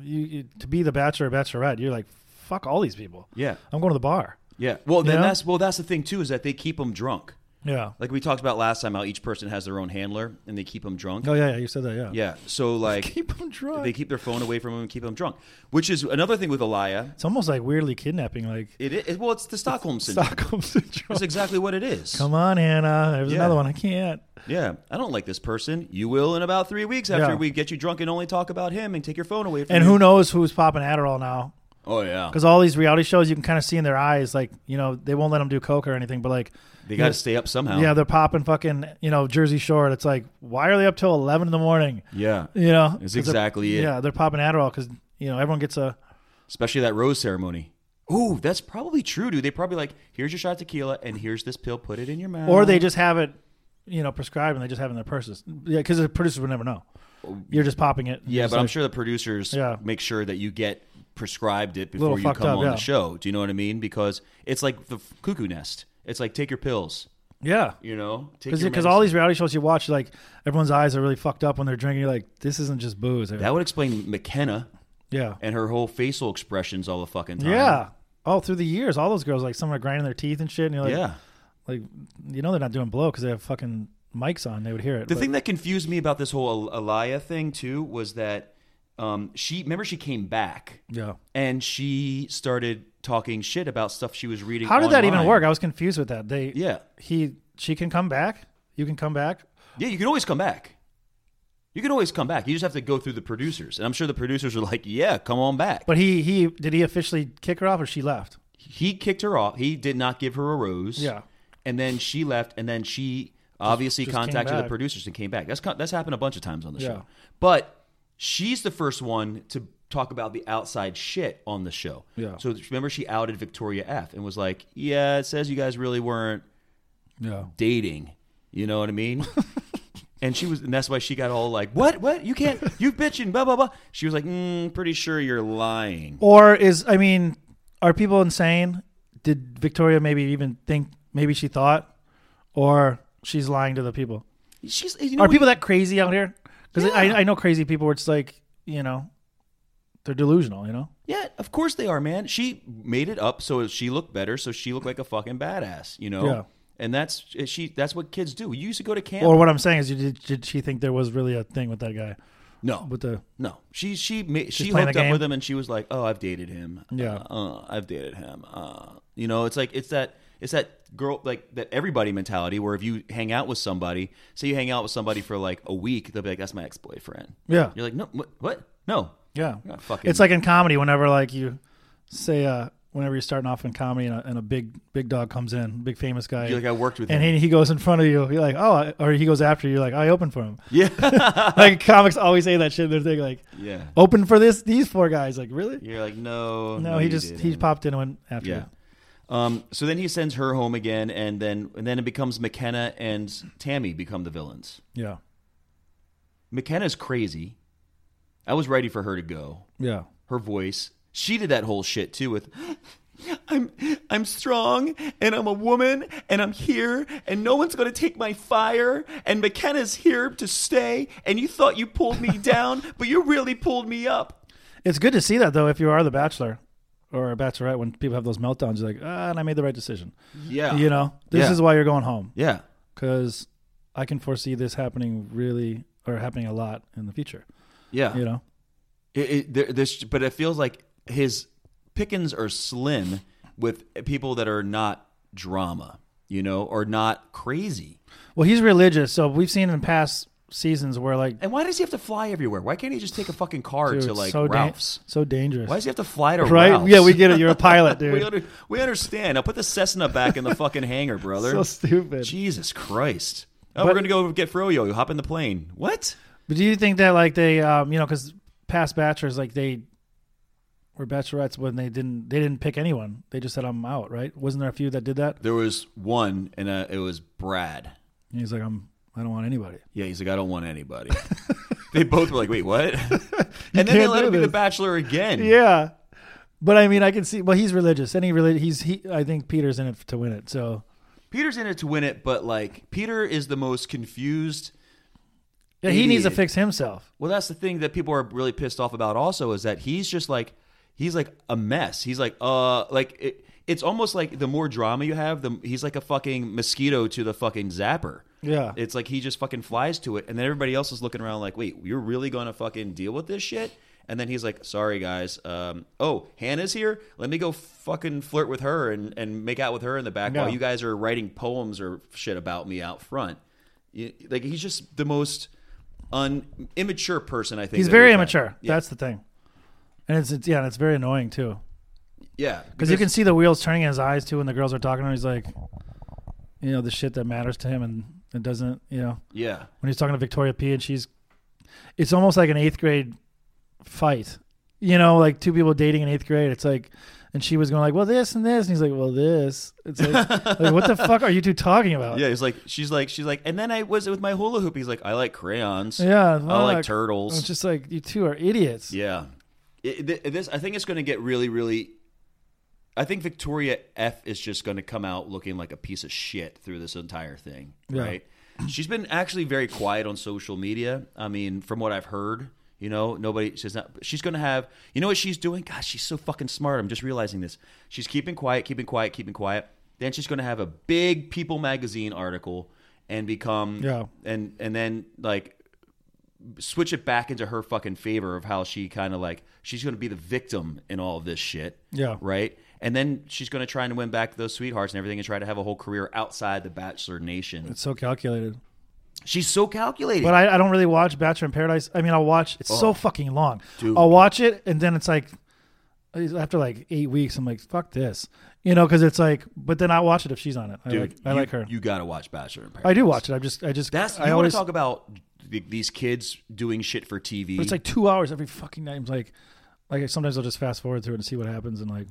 [SPEAKER 3] you, you to be the Bachelor or Bachelorette. You're like, "Fuck all these people."
[SPEAKER 2] Yeah,
[SPEAKER 3] I'm going to the bar.
[SPEAKER 2] yeah. Well, then
[SPEAKER 3] Yeah.
[SPEAKER 2] that's well, that's the thing too is that they keep them drunk.
[SPEAKER 3] Yeah.
[SPEAKER 2] Like we talked about last time, how each person has their own handler and they keep them drunk.
[SPEAKER 3] Oh yeah, yeah. You said that. Yeah.
[SPEAKER 2] Yeah. So like
[SPEAKER 3] Keep them drunk.
[SPEAKER 2] they keep their phone away from them and keep them drunk, which is another thing with Elia.
[SPEAKER 3] It's almost like weirdly kidnapping, like
[SPEAKER 2] It, it well, it's the Stockholm syndrome.
[SPEAKER 3] Stockholm syndrome.
[SPEAKER 2] That's exactly what it is.
[SPEAKER 3] Come on, Hannah. There's
[SPEAKER 2] Yeah.
[SPEAKER 3] another one. I can't.
[SPEAKER 2] Yeah. I don't like this person. You will in about three weeks after
[SPEAKER 3] Yeah.
[SPEAKER 2] we get you drunk and only talk about him and take your phone away from
[SPEAKER 3] And
[SPEAKER 2] you.
[SPEAKER 3] who knows who's popping Adderall now?
[SPEAKER 2] Oh yeah.
[SPEAKER 3] Because all these reality shows, you can kind of see in their eyes, like you know, they won't let them do coke or anything, but like,
[SPEAKER 2] They got to stay up somehow.
[SPEAKER 3] yeah, they're popping fucking, you know, Jersey Shore. And it's like, why are they up till eleven in the morning?
[SPEAKER 2] Yeah.
[SPEAKER 3] You know,
[SPEAKER 2] It's
[SPEAKER 3] 'Cause they're-
[SPEAKER 2] exactly it.
[SPEAKER 3] Yeah, they're popping Adderall because you know everyone gets a
[SPEAKER 2] Especially that rose ceremony. Ooh, that's probably true, dude. They probably like, here's your shot of tequila and here's this pill. Put it in your mouth.
[SPEAKER 3] or they just have it, you know, prescribed and they just have it in their purses. Yeah, because the producers would never know. You're just popping it.
[SPEAKER 2] Oh, Yeah,
[SPEAKER 3] You're just
[SPEAKER 2] but I'm
[SPEAKER 3] like-
[SPEAKER 2] sure the producers
[SPEAKER 3] Yeah.
[SPEAKER 2] make sure that you get prescribed it before you
[SPEAKER 3] fucked
[SPEAKER 2] come
[SPEAKER 3] up,
[SPEAKER 2] on
[SPEAKER 3] yeah.
[SPEAKER 2] the show. Do you know what I mean? Because it's like the f- cuckoo nest. It's like take your pills.
[SPEAKER 3] Yeah,
[SPEAKER 2] You know, Take your
[SPEAKER 3] because all
[SPEAKER 2] medicine.
[SPEAKER 3] these reality shows you watch, like everyone's eyes are really fucked up when they're drinking. You're like, this isn't just booze.
[SPEAKER 2] that would explain McKenna
[SPEAKER 3] yeah,
[SPEAKER 2] and her whole facial expressions all the fucking time.
[SPEAKER 3] yeah. Oh, through the years, all those girls like some are grinding their teeth and shit, and you're like,
[SPEAKER 2] yeah.
[SPEAKER 3] like you know they're not doing blow because they have fucking mics on. They would hear it.
[SPEAKER 2] The
[SPEAKER 3] but-
[SPEAKER 2] thing that confused me about this whole Elia thing too was that um, she remember she came back
[SPEAKER 3] yeah.
[SPEAKER 2] and she started talking shit about stuff she was reading.
[SPEAKER 3] How did that even
[SPEAKER 2] online.
[SPEAKER 3] work? I was confused with that. They
[SPEAKER 2] Yeah,
[SPEAKER 3] he she can come back. You can come back.
[SPEAKER 2] Yeah, you can always come back. You can always come back. You just have to go through the producers, and I'm sure the producers are like, "Yeah, come on back."
[SPEAKER 3] But he he did he officially kick her off or she left?
[SPEAKER 2] he kicked her off. He did not give her a rose.
[SPEAKER 3] Yeah.
[SPEAKER 2] and then she left, and then she obviously
[SPEAKER 3] just came
[SPEAKER 2] contacted the
[SPEAKER 3] back.
[SPEAKER 2] producers and came back. That's con- that's happened a bunch of times on the
[SPEAKER 3] Yeah.
[SPEAKER 2] show. But she's the first one to talk about the outside shit on the show.
[SPEAKER 3] Yeah.
[SPEAKER 2] So remember, she outed Victoria F. and was like, "Yeah, it says you guys really weren't
[SPEAKER 3] Yeah.
[SPEAKER 2] dating. You know what I mean? and she was, and that's why she got all like, "What? What? You can't? You bitching? Blah blah blah." She was like, mm, "Pretty sure you're lying."
[SPEAKER 3] Or is I mean, are people insane? Did Victoria maybe even think maybe she thought, or she's lying to the people?
[SPEAKER 2] She's, you know,
[SPEAKER 3] are people that crazy out here? Because
[SPEAKER 2] Yeah.
[SPEAKER 3] I, I know crazy people where it's like you know, they're delusional. You know,
[SPEAKER 2] yeah, of course they are, man. She made it up so she looked better, so she looked like a fucking badass, you know.
[SPEAKER 3] Yeah.
[SPEAKER 2] And that's she. That's what kids do. You used to go to camp.
[SPEAKER 3] or what I'm saying is, you- did, did she think there was really a thing with that guy?
[SPEAKER 2] no,
[SPEAKER 3] With the
[SPEAKER 2] no. She she ma- she
[SPEAKER 3] playing
[SPEAKER 2] hooked
[SPEAKER 3] the
[SPEAKER 2] up
[SPEAKER 3] game?
[SPEAKER 2] with him, and she was like, "Oh, I've dated him.
[SPEAKER 3] Yeah.
[SPEAKER 2] uh, uh, I've dated him. Uh, you know, it's like it's that it's that girl like that everybody mentality where if you hang out with somebody, say you hang out with somebody for like a week, they'll be like, "That's my ex boyfriend.
[SPEAKER 3] yeah
[SPEAKER 2] You're like, "No, what? what? No,
[SPEAKER 3] yeah,
[SPEAKER 2] You're not fucking.
[SPEAKER 3] it's like in comedy whenever like you say uh whenever you're starting off in comedy and a, and a big big dog comes in, big famous guy,
[SPEAKER 2] you're like I worked with
[SPEAKER 3] and
[SPEAKER 2] him.
[SPEAKER 3] he, he goes in front of you, you're like oh, I- or he goes after you, you're like I opened for him.
[SPEAKER 2] yeah,
[SPEAKER 3] like comics always say that shit. in their thing like
[SPEAKER 2] yeah.
[SPEAKER 3] open for this these four guys. Like really?
[SPEAKER 2] You're like, no,
[SPEAKER 3] No, he
[SPEAKER 2] you
[SPEAKER 3] just he
[SPEAKER 2] didn't."
[SPEAKER 3] popped in and went after.
[SPEAKER 2] yeah.
[SPEAKER 3] you.
[SPEAKER 2] Um, so then he sends her home again, and then and then it becomes McKenna and Tammy become the villains.
[SPEAKER 3] Yeah.
[SPEAKER 2] McKenna's crazy. I was ready for her to go.
[SPEAKER 3] Yeah.
[SPEAKER 2] Her voice. She did that whole shit too with I'm I'm strong and I'm a woman and I'm here and no one's going to take my fire and McKenna's here to stay and you thought you pulled me down but you really pulled me up.
[SPEAKER 3] It's good to see that though. If you are the bachelor or a bachelorette, when people have those meltdowns, you're like, ah, and I made the right decision.
[SPEAKER 2] Yeah.
[SPEAKER 3] You know, this
[SPEAKER 2] Yeah.
[SPEAKER 3] is why you're going home
[SPEAKER 2] Yeah.
[SPEAKER 3] because I can foresee this happening really or happening a lot in the future.
[SPEAKER 2] Yeah.
[SPEAKER 3] You know,
[SPEAKER 2] It, it, there, this, but it feels like his pickings are slim with people that are not drama, you know, or not crazy.
[SPEAKER 3] well, he's religious, so we've seen in past seasons where like
[SPEAKER 2] And why does he have to fly everywhere? Why can't he just take a fucking car
[SPEAKER 3] dude,
[SPEAKER 2] to like
[SPEAKER 3] so, dan-
[SPEAKER 2] Ralph's?
[SPEAKER 3] so dangerous,
[SPEAKER 2] Why does he have to fly to
[SPEAKER 3] right?
[SPEAKER 2] Ralph's?
[SPEAKER 3] Yeah, we get it. You're a pilot,
[SPEAKER 2] we,
[SPEAKER 3] dude.
[SPEAKER 2] under, we understand. I'll put the Cessna back in the fucking hangar, brother.
[SPEAKER 3] so stupid.
[SPEAKER 2] Jesus Christ. Oh,
[SPEAKER 3] But-
[SPEAKER 2] we're gonna go get Froyo. You hop in the plane. What?
[SPEAKER 3] But do you think that like they, um, you know, because past bachelors like they were bachelorettes when they didn't they didn't pick anyone. They just said I'm out. Right? Wasn't there a few that did that?
[SPEAKER 2] There was one, and uh, it was Brad.
[SPEAKER 3] And he's like, I'm I don't want anybody.
[SPEAKER 2] Yeah, he's like, I don't want anybody. they both were like, wait, what? and then they
[SPEAKER 3] can't
[SPEAKER 2] let
[SPEAKER 3] do
[SPEAKER 2] him be the
[SPEAKER 3] this.
[SPEAKER 2] Bachelor again.
[SPEAKER 3] Yeah. But I mean, I can see. Well, he's religious. Any religious, he's he. I think Peter's in it to win it. So
[SPEAKER 2] Peter's in it to win it, but like, Peter is the most confused.
[SPEAKER 3] yeah, he needs to
[SPEAKER 2] Idiot.
[SPEAKER 3] fix himself.
[SPEAKER 2] Well, that's the thing that people are really pissed off about. Also, is that he's just like he's like a mess. He's like uh like it, it's almost like the more drama you have, the he's like a fucking mosquito to the fucking zapper.
[SPEAKER 3] Yeah.
[SPEAKER 2] It's like he just fucking flies to it, and then everybody else is looking around like, wait, you're really gonna fucking deal with this shit? And then he's like, sorry guys, um, oh Hannah's here. Let me go fucking flirt with her and and make out with her in the back
[SPEAKER 3] Yeah.
[SPEAKER 2] while you guys are writing poems or shit about me out front. You- Like he's just the most un immature person. I think
[SPEAKER 3] He's
[SPEAKER 2] that
[SPEAKER 3] very
[SPEAKER 2] we've had.
[SPEAKER 3] immature.
[SPEAKER 2] Yeah,
[SPEAKER 3] That's the thing. And it's, it's yeah, and it's very annoying too,
[SPEAKER 2] yeah.
[SPEAKER 3] because you can see the wheels turning in his eyes too when the girls are talking to him. He's like, you know, the shit that matters to him and it doesn't. You know,
[SPEAKER 2] yeah.
[SPEAKER 3] when he's talking to Victoria P and she's it's almost like an eighth grade fight. You know, like two people dating in eighth grade. It's like and she was going like, Well this and this and he's like, Well this It's like, like what the fuck are you two talking about?
[SPEAKER 2] Yeah, he's like, she's like, she's like, and then I was with my hula hoop. He's like, I like crayons.
[SPEAKER 3] Yeah.
[SPEAKER 2] I like
[SPEAKER 3] fuck.
[SPEAKER 2] turtles.
[SPEAKER 3] It's just like you two are idiots.
[SPEAKER 2] Yeah, It- th- this I think it's going to get really, really. I think Victoria F is just going to come out looking like a piece of shit through this entire thing,
[SPEAKER 3] Yeah.
[SPEAKER 2] right? She's been actually very quiet on social media. I mean, from what I've heard, you know, nobody she's not. She's going to have. You know what she's doing? God, she's so fucking smart. I'm just realizing this. She's keeping quiet, keeping quiet, keeping quiet. Then she's going to have a big People magazine article and become
[SPEAKER 3] Yeah.
[SPEAKER 2] and and then like switch it back into her fucking favor of how she kind of like she's going to be the victim in all of this shit.
[SPEAKER 3] Yeah.
[SPEAKER 2] Right? And then she's going to try and win back those sweethearts and everything and try to have a whole career outside the bachelor nation.
[SPEAKER 3] It's so calculated.
[SPEAKER 2] She's so calculated.
[SPEAKER 3] But I, I don't really watch Bachelor in Paradise. I mean I'll watch it's so fucking long.
[SPEAKER 2] Oh. Dude.
[SPEAKER 3] I'll watch it and then it's like after like eight weeks, I'm like, fuck this. You know, because it's like, but then I watch it if she's on it. I
[SPEAKER 2] Dude,
[SPEAKER 3] like, I
[SPEAKER 2] you-
[SPEAKER 3] like her.
[SPEAKER 2] You got to watch Bachelor in Paradise.
[SPEAKER 3] I do watch it. I just, I just,
[SPEAKER 2] That's you
[SPEAKER 3] I
[SPEAKER 2] want
[SPEAKER 3] always
[SPEAKER 2] to talk about th- these kids doing shit for TV.
[SPEAKER 3] But it's like two hours every fucking night. I'm like, like sometimes I'll just fast forward through it and see what happens, and like,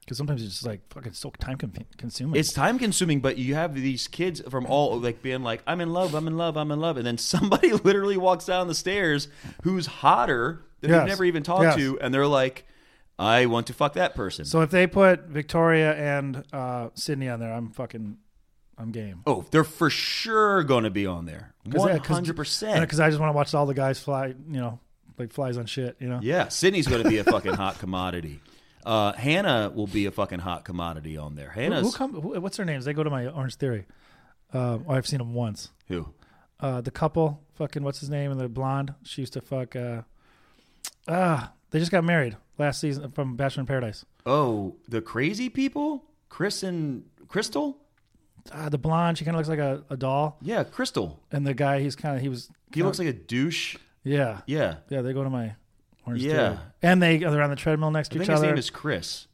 [SPEAKER 3] because sometimes it's just like fucking so time con- consuming.
[SPEAKER 2] it's time consuming, but you have these kids from all like being like, I'm in love, I'm in love, I'm in love. And then somebody literally walks down the stairs who's hotter that
[SPEAKER 3] Yes.
[SPEAKER 2] you've never even talked
[SPEAKER 3] Yes.
[SPEAKER 2] to. And they're like, I want to fuck that person.
[SPEAKER 3] so if they put Victoria and uh, Sydney on there, I'm fucking, I'm game.
[SPEAKER 2] oh, they're for sure going to be on there. 100%.
[SPEAKER 3] Because I just want to watch all the guys fly, you know, like flies on shit, you know.
[SPEAKER 2] Yeah, Sydney's going to be a fucking hot commodity. Uh, Hannah will be a fucking hot commodity on there. Hannah's
[SPEAKER 3] Who come? Who, what's their names? They go to my Orange Theory. Um, oh, I've seen them once.
[SPEAKER 2] who?
[SPEAKER 3] uh, the couple, fucking what's his name, and the blonde. She used to fuck. Uh, ah, they just got married last season from Bachelor in Paradise.
[SPEAKER 2] Oh, the crazy people? Chris and Crystal?
[SPEAKER 3] Ah, the blonde, she kind of looks like a, a doll,
[SPEAKER 2] Yeah, Crystal.
[SPEAKER 3] and the guy, he's kind of he was.
[SPEAKER 2] He looks like a douche.
[SPEAKER 3] Yeah,
[SPEAKER 2] Yeah.
[SPEAKER 3] yeah. They go to my orange.
[SPEAKER 2] Yeah.
[SPEAKER 3] Theory. and they they're on the treadmill next
[SPEAKER 2] I
[SPEAKER 3] to each
[SPEAKER 2] think his
[SPEAKER 3] other.
[SPEAKER 2] name is Chris.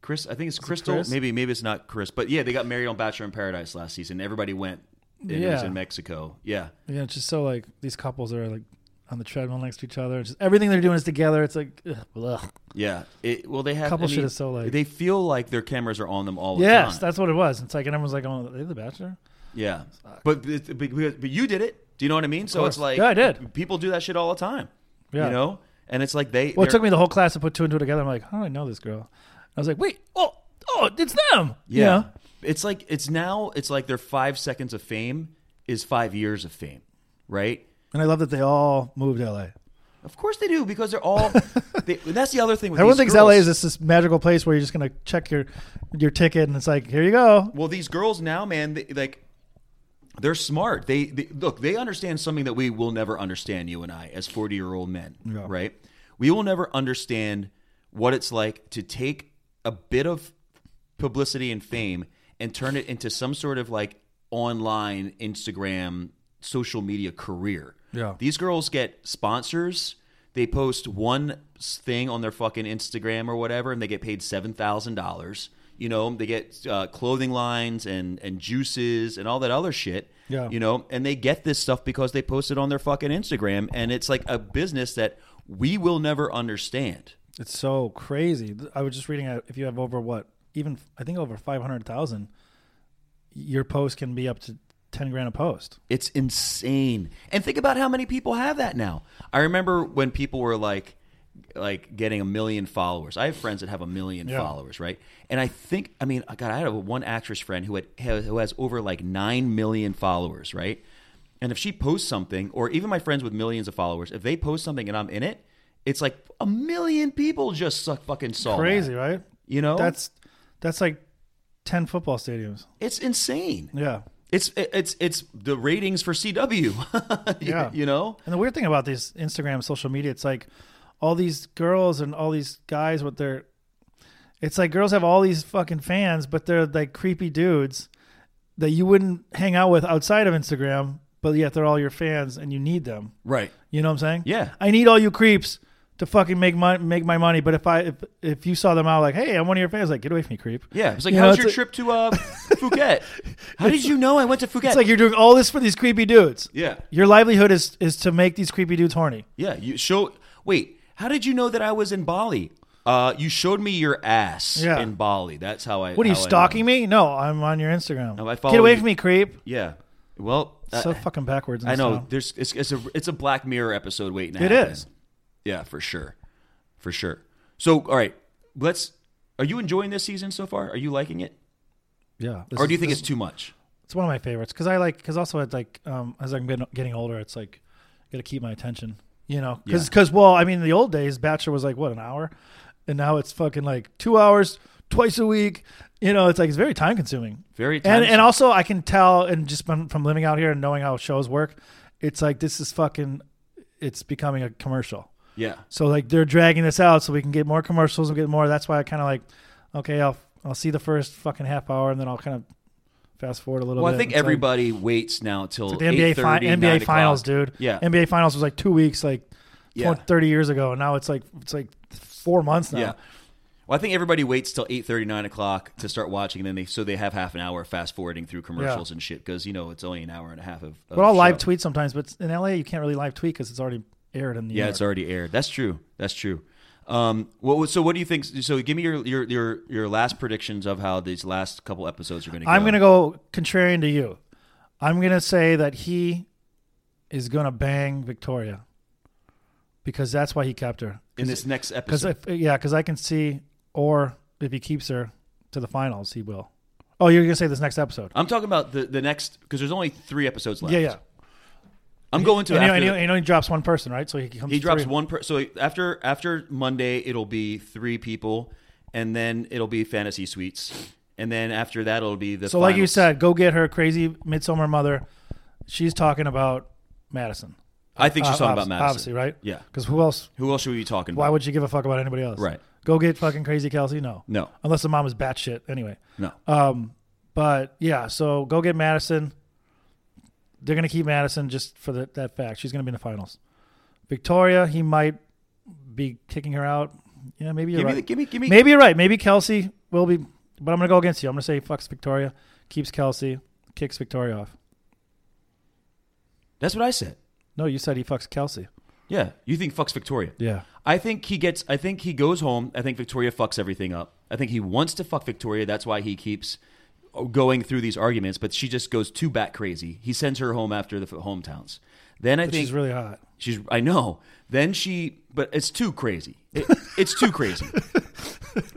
[SPEAKER 2] Chris, I think it's Crystal.
[SPEAKER 3] Chris?
[SPEAKER 2] Maybe, maybe it's not Chris, but yeah, they got married on Bachelor in Paradise last season. Everybody went. And It was
[SPEAKER 3] Yeah.
[SPEAKER 2] in Mexico. Yeah,
[SPEAKER 3] yeah, it's just so like these couples are like on the treadmill next to each other. It's just, everything they're doing is together. It's like, ugh, blech.
[SPEAKER 2] Yeah. It, well, they have
[SPEAKER 3] Couple
[SPEAKER 2] I mean,
[SPEAKER 3] shit is so, like-
[SPEAKER 2] they feel like their cameras are on them all the
[SPEAKER 3] yes,
[SPEAKER 2] time.
[SPEAKER 3] that's what it was. It's like, and everyone's like, oh, are they the Bachelor?
[SPEAKER 2] yeah. But, but but but you did it. Do you know what I mean? So
[SPEAKER 3] course.
[SPEAKER 2] it's like
[SPEAKER 3] Yeah, I did.
[SPEAKER 2] People do that shit all the time.
[SPEAKER 3] Yeah.
[SPEAKER 2] You know, and it's like they.
[SPEAKER 3] Well, it
[SPEAKER 2] they're-
[SPEAKER 3] took me the whole class to put two and two together. I'm like, how do I know this girl? I was like, wait, oh, oh, it's them. You
[SPEAKER 2] Yeah.
[SPEAKER 3] know?
[SPEAKER 2] It's like it's now it's like their 5 seconds of fame is 5 years of fame, right?
[SPEAKER 3] And I love that they all moved to LA.
[SPEAKER 2] Of course they do because they're all they, that's the other thing with
[SPEAKER 3] Everyone
[SPEAKER 2] these
[SPEAKER 3] thinks
[SPEAKER 2] girls.
[SPEAKER 3] LA is just this magical place where you're just gonna check your your ticket and it's like, here you go.
[SPEAKER 2] Well, these girls now, man, they, like they're smart. They, they look, they understand something that we will never understand you and I as 40-year-old men, right? We will never understand what it's like to take a bit of publicity and fame and turn it into some sort of like online Instagram social media career.
[SPEAKER 3] Yeah.
[SPEAKER 2] These girls get sponsors. They post one s- thing on their fucking Instagram or whatever, and they get paid seven thousand dollars. You know, they get uh, clothing lines and and juices and all that other shit.
[SPEAKER 3] Yeah.
[SPEAKER 2] You know, and they get this stuff because they post it on their fucking Instagram, and it's like a business that we will never understand.
[SPEAKER 3] It's so crazy. I was just reading uh, if you have over what even I think over five hundred thousand, your post can be up to ten grand a post.
[SPEAKER 2] It's insane. And think about how many people have that now. I remember when people were like like getting a million followers. I have friends that have a million
[SPEAKER 3] Yeah.
[SPEAKER 2] followers, right? And I think I mean, uh, god, I had a one actress friend who had who has over like 9 million followers, right? And if she posts something or even my friends with millions of followers, if they post something and I'm in it, it's like a million people just suck fucking salt.
[SPEAKER 3] Crazy, right?
[SPEAKER 2] You know?
[SPEAKER 3] That's that's like ten football stadiums.
[SPEAKER 2] it's insane.
[SPEAKER 3] Yeah.
[SPEAKER 2] It's it's it's the ratings for CW.
[SPEAKER 3] Yeah.
[SPEAKER 2] you know?
[SPEAKER 3] And the weird thing about these Instagram social media, it's like all these girls and all these guys with their it's like girls have all these fucking fans, but they're like creepy dudes that you wouldn't hang out with outside of Instagram, but yet they're all your fans and you need them.
[SPEAKER 2] Right.
[SPEAKER 3] You know what I'm saying?
[SPEAKER 2] Yeah.
[SPEAKER 3] I need all you creeps to fucking make my make my money. But if I if, if you saw them out like, hey, I'm one of your fans, like get away from me, creep.
[SPEAKER 2] Yeah, it's like,
[SPEAKER 3] You know,
[SPEAKER 2] how's
[SPEAKER 3] it's
[SPEAKER 2] your
[SPEAKER 3] a-
[SPEAKER 2] trip to uh, Phuket? How did you know I went to Phuket?
[SPEAKER 3] It's like you're doing all this for these creepy dudes.
[SPEAKER 2] yeah,
[SPEAKER 3] Your livelihood is is to make these creepy dudes horny.
[SPEAKER 2] yeah. You show. Wait, how did you know that I was in Bali? Uh, you showed me your ass
[SPEAKER 3] Yeah.
[SPEAKER 2] in Bali. That's how I.
[SPEAKER 3] What are you
[SPEAKER 2] how I know.
[SPEAKER 3] stalking me? No, I'm on your Instagram.
[SPEAKER 2] No, I follow
[SPEAKER 3] Get away
[SPEAKER 2] you.
[SPEAKER 3] from me, creep.
[SPEAKER 2] Yeah. Well, uh,
[SPEAKER 3] so fucking backwards. in
[SPEAKER 2] I
[SPEAKER 3] this
[SPEAKER 2] know.
[SPEAKER 3] town.
[SPEAKER 2] There's it's, it's a it's a Black Mirror episode waiting. To
[SPEAKER 3] It
[SPEAKER 2] happen.
[SPEAKER 3] is.
[SPEAKER 2] Yeah, for sure, for sure. So, all right, let's. Are you enjoying this season so far? Are you liking it,
[SPEAKER 3] Yeah. This
[SPEAKER 2] or
[SPEAKER 3] is-
[SPEAKER 2] do you think
[SPEAKER 3] this-
[SPEAKER 2] it's too much?
[SPEAKER 3] it's one of my favorites because I like because also it's like um as I'm getting- getting older, it's like got to keep my attention. You know, because
[SPEAKER 2] Yeah.
[SPEAKER 3] well, I mean, in the old days, Bachelor was like what an hour, and now it's fucking like two hours twice a week. You know, it's like it's very time consuming.
[SPEAKER 2] Very
[SPEAKER 3] and
[SPEAKER 2] time-consuming.
[SPEAKER 3] and also I can tell and just from, from living out here and knowing how shows work, it's like this is fucking, it's becoming a commercial.
[SPEAKER 2] Yeah.
[SPEAKER 3] So like they're dragging this out so we can get more commercials and get more. That's why I kind of like, okay, I'll I'll see the first fucking half hour and then I'll kind of fast forward a little
[SPEAKER 2] Well,
[SPEAKER 3] bit.
[SPEAKER 2] I think
[SPEAKER 3] It's like-
[SPEAKER 2] everybody waits now till
[SPEAKER 3] the NBA fi-
[SPEAKER 2] 8:30, 9
[SPEAKER 3] NBA
[SPEAKER 2] o'clock.
[SPEAKER 3] finals, dude.
[SPEAKER 2] Yeah.
[SPEAKER 3] NBA finals was like two weeks, like
[SPEAKER 2] Yeah.
[SPEAKER 3] 20, 30 years ago, and now it's like it's like four months now.
[SPEAKER 2] Yeah. Well, I think everybody waits till 8 9 o'clock to start watching, and then they so they have half an hour fast forwarding through commercials and shit because you know it's only an hour and a half of. of
[SPEAKER 3] But I'll
[SPEAKER 2] show.
[SPEAKER 3] live tweet sometimes, but in LA you can't really live tweet because it's already aired in the
[SPEAKER 2] Yeah, it's already aired. That's true. That's true. Um, what was, so what do you think? So give me your your your, your last predictions of how these last couple episodes are going to.
[SPEAKER 3] I'm gonna go contrarian to you. I'm gonna say that he is gonna bang Victoria because that's why he kept her.
[SPEAKER 2] in this next
[SPEAKER 3] Because
[SPEAKER 2] episode.
[SPEAKER 3] if yeah, because I can see, or if he keeps her to the finals, he will. Oh, you're gonna say this next episode?
[SPEAKER 2] I'm talking about the the next because there's only three episodes left.
[SPEAKER 3] Yeah, yeah.
[SPEAKER 2] I'm going to.
[SPEAKER 3] And, he-
[SPEAKER 2] after
[SPEAKER 3] and, he,
[SPEAKER 2] the-
[SPEAKER 3] and he only drops one person, right? So he comes.
[SPEAKER 2] He
[SPEAKER 3] to
[SPEAKER 2] drops
[SPEAKER 3] three.
[SPEAKER 2] one per so after after Monday it'll be three people and then it'll be fantasy suites. And then after that it'll be the
[SPEAKER 3] So, like you
[SPEAKER 2] finals.
[SPEAKER 3] said, go get her crazy midsummer mother. She's talking about Madison.
[SPEAKER 2] I think she's
[SPEAKER 3] Uh,
[SPEAKER 2] talking
[SPEAKER 3] obvi-
[SPEAKER 2] about Madison.
[SPEAKER 3] Obviously, right?
[SPEAKER 2] Yeah.
[SPEAKER 3] Because who else?
[SPEAKER 2] Who else should we be talking
[SPEAKER 3] Why
[SPEAKER 2] about?
[SPEAKER 3] would you give a fuck about anybody else?
[SPEAKER 2] Right. Mm.
[SPEAKER 3] Go get fucking crazy Kelsey. No.
[SPEAKER 2] No.
[SPEAKER 3] Unless the mom is batshit. Anyway.
[SPEAKER 2] No.
[SPEAKER 3] Um. But yeah. So go get Madison. They're gonna keep Madison just for the, that fact. She's gonna be in the finals. Victoria, he might be kicking her out. Yeah, maybe you're
[SPEAKER 2] give,
[SPEAKER 3] right.
[SPEAKER 2] me the, give me give me
[SPEAKER 3] Maybe you're right. Maybe Kelsey will be, but I'm gonna go against you. I'm gonna say fucks Victoria, keeps Kelsey, kicks Victoria off.
[SPEAKER 2] That's what I said.
[SPEAKER 3] No, you said he fucks Kelsey.
[SPEAKER 2] Yeah, you think fucks Victoria.
[SPEAKER 3] Yeah.
[SPEAKER 2] I think he gets. I think he goes home. I think Victoria fucks everything up. I think he wants to fuck Victoria. That's why he keeps going through these arguments. But she just goes too bat crazy. He sends her home after the f- hometowns. Then I
[SPEAKER 3] But
[SPEAKER 2] think
[SPEAKER 3] she's really hot.
[SPEAKER 2] she's. I know. Then she. But it's too crazy. It, it's too crazy.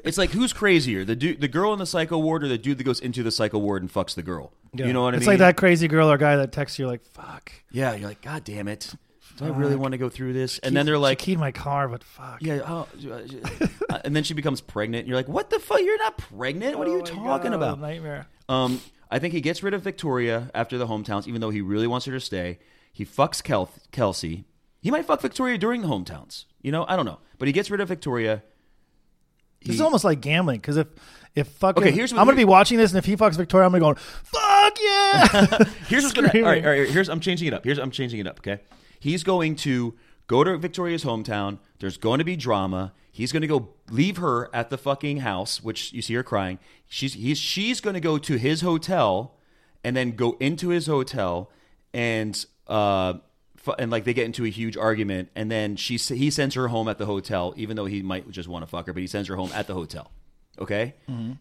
[SPEAKER 2] It's like who's crazier, the dude, the girl in the psycho ward, or the dude that goes into the psycho ward and fucks the girl?
[SPEAKER 3] Yeah.
[SPEAKER 2] You know what I
[SPEAKER 3] it's
[SPEAKER 2] mean?
[SPEAKER 3] like that crazy girl or guy that texts you like, "Fuck."
[SPEAKER 2] Yeah, you're like, God damn it. Do I really want to go through this? And then
[SPEAKER 3] She-
[SPEAKER 2] they're
[SPEAKER 3] she
[SPEAKER 2] like,
[SPEAKER 3] keyed my car, but fuck.
[SPEAKER 2] Yeah, oh, uh, and then she becomes pregnant. and You're like, What the fuck? You're not pregnant? What are
[SPEAKER 3] Oh
[SPEAKER 2] you
[SPEAKER 3] my
[SPEAKER 2] talking
[SPEAKER 3] God,
[SPEAKER 2] about?
[SPEAKER 3] Nightmare.
[SPEAKER 2] Um, I think he gets rid of Victoria after the hometowns, even though he really wants her to stay. He fucks Kel- Kelsey. He might fuck Victoria during the hometowns. You know, I don't know. But he gets rid of Victoria.
[SPEAKER 3] This is
[SPEAKER 2] He-
[SPEAKER 3] almost like gambling because if if fucking
[SPEAKER 2] Okay, here's what-
[SPEAKER 3] I'm gonna be watching this, and if he fucks Victoria, I'm gonna go, "Fuck yeah!"
[SPEAKER 2] here's what's gonna. All
[SPEAKER 3] Screaming.
[SPEAKER 2] right, all right. Here's I'm changing it up. Here's I'm changing it up. Okay, he's going to go to Victoria's hometown. There's going to be drama. He's going to go leave her at the fucking house, which you see her crying. She's he's she's going to go to his hotel, and then go into his hotel, and uh, fu- and like they get into a huge argument, and then she s- he sends her home at the hotel, even though he might just want to fuck her, but he sends her home at the hotel. Okay,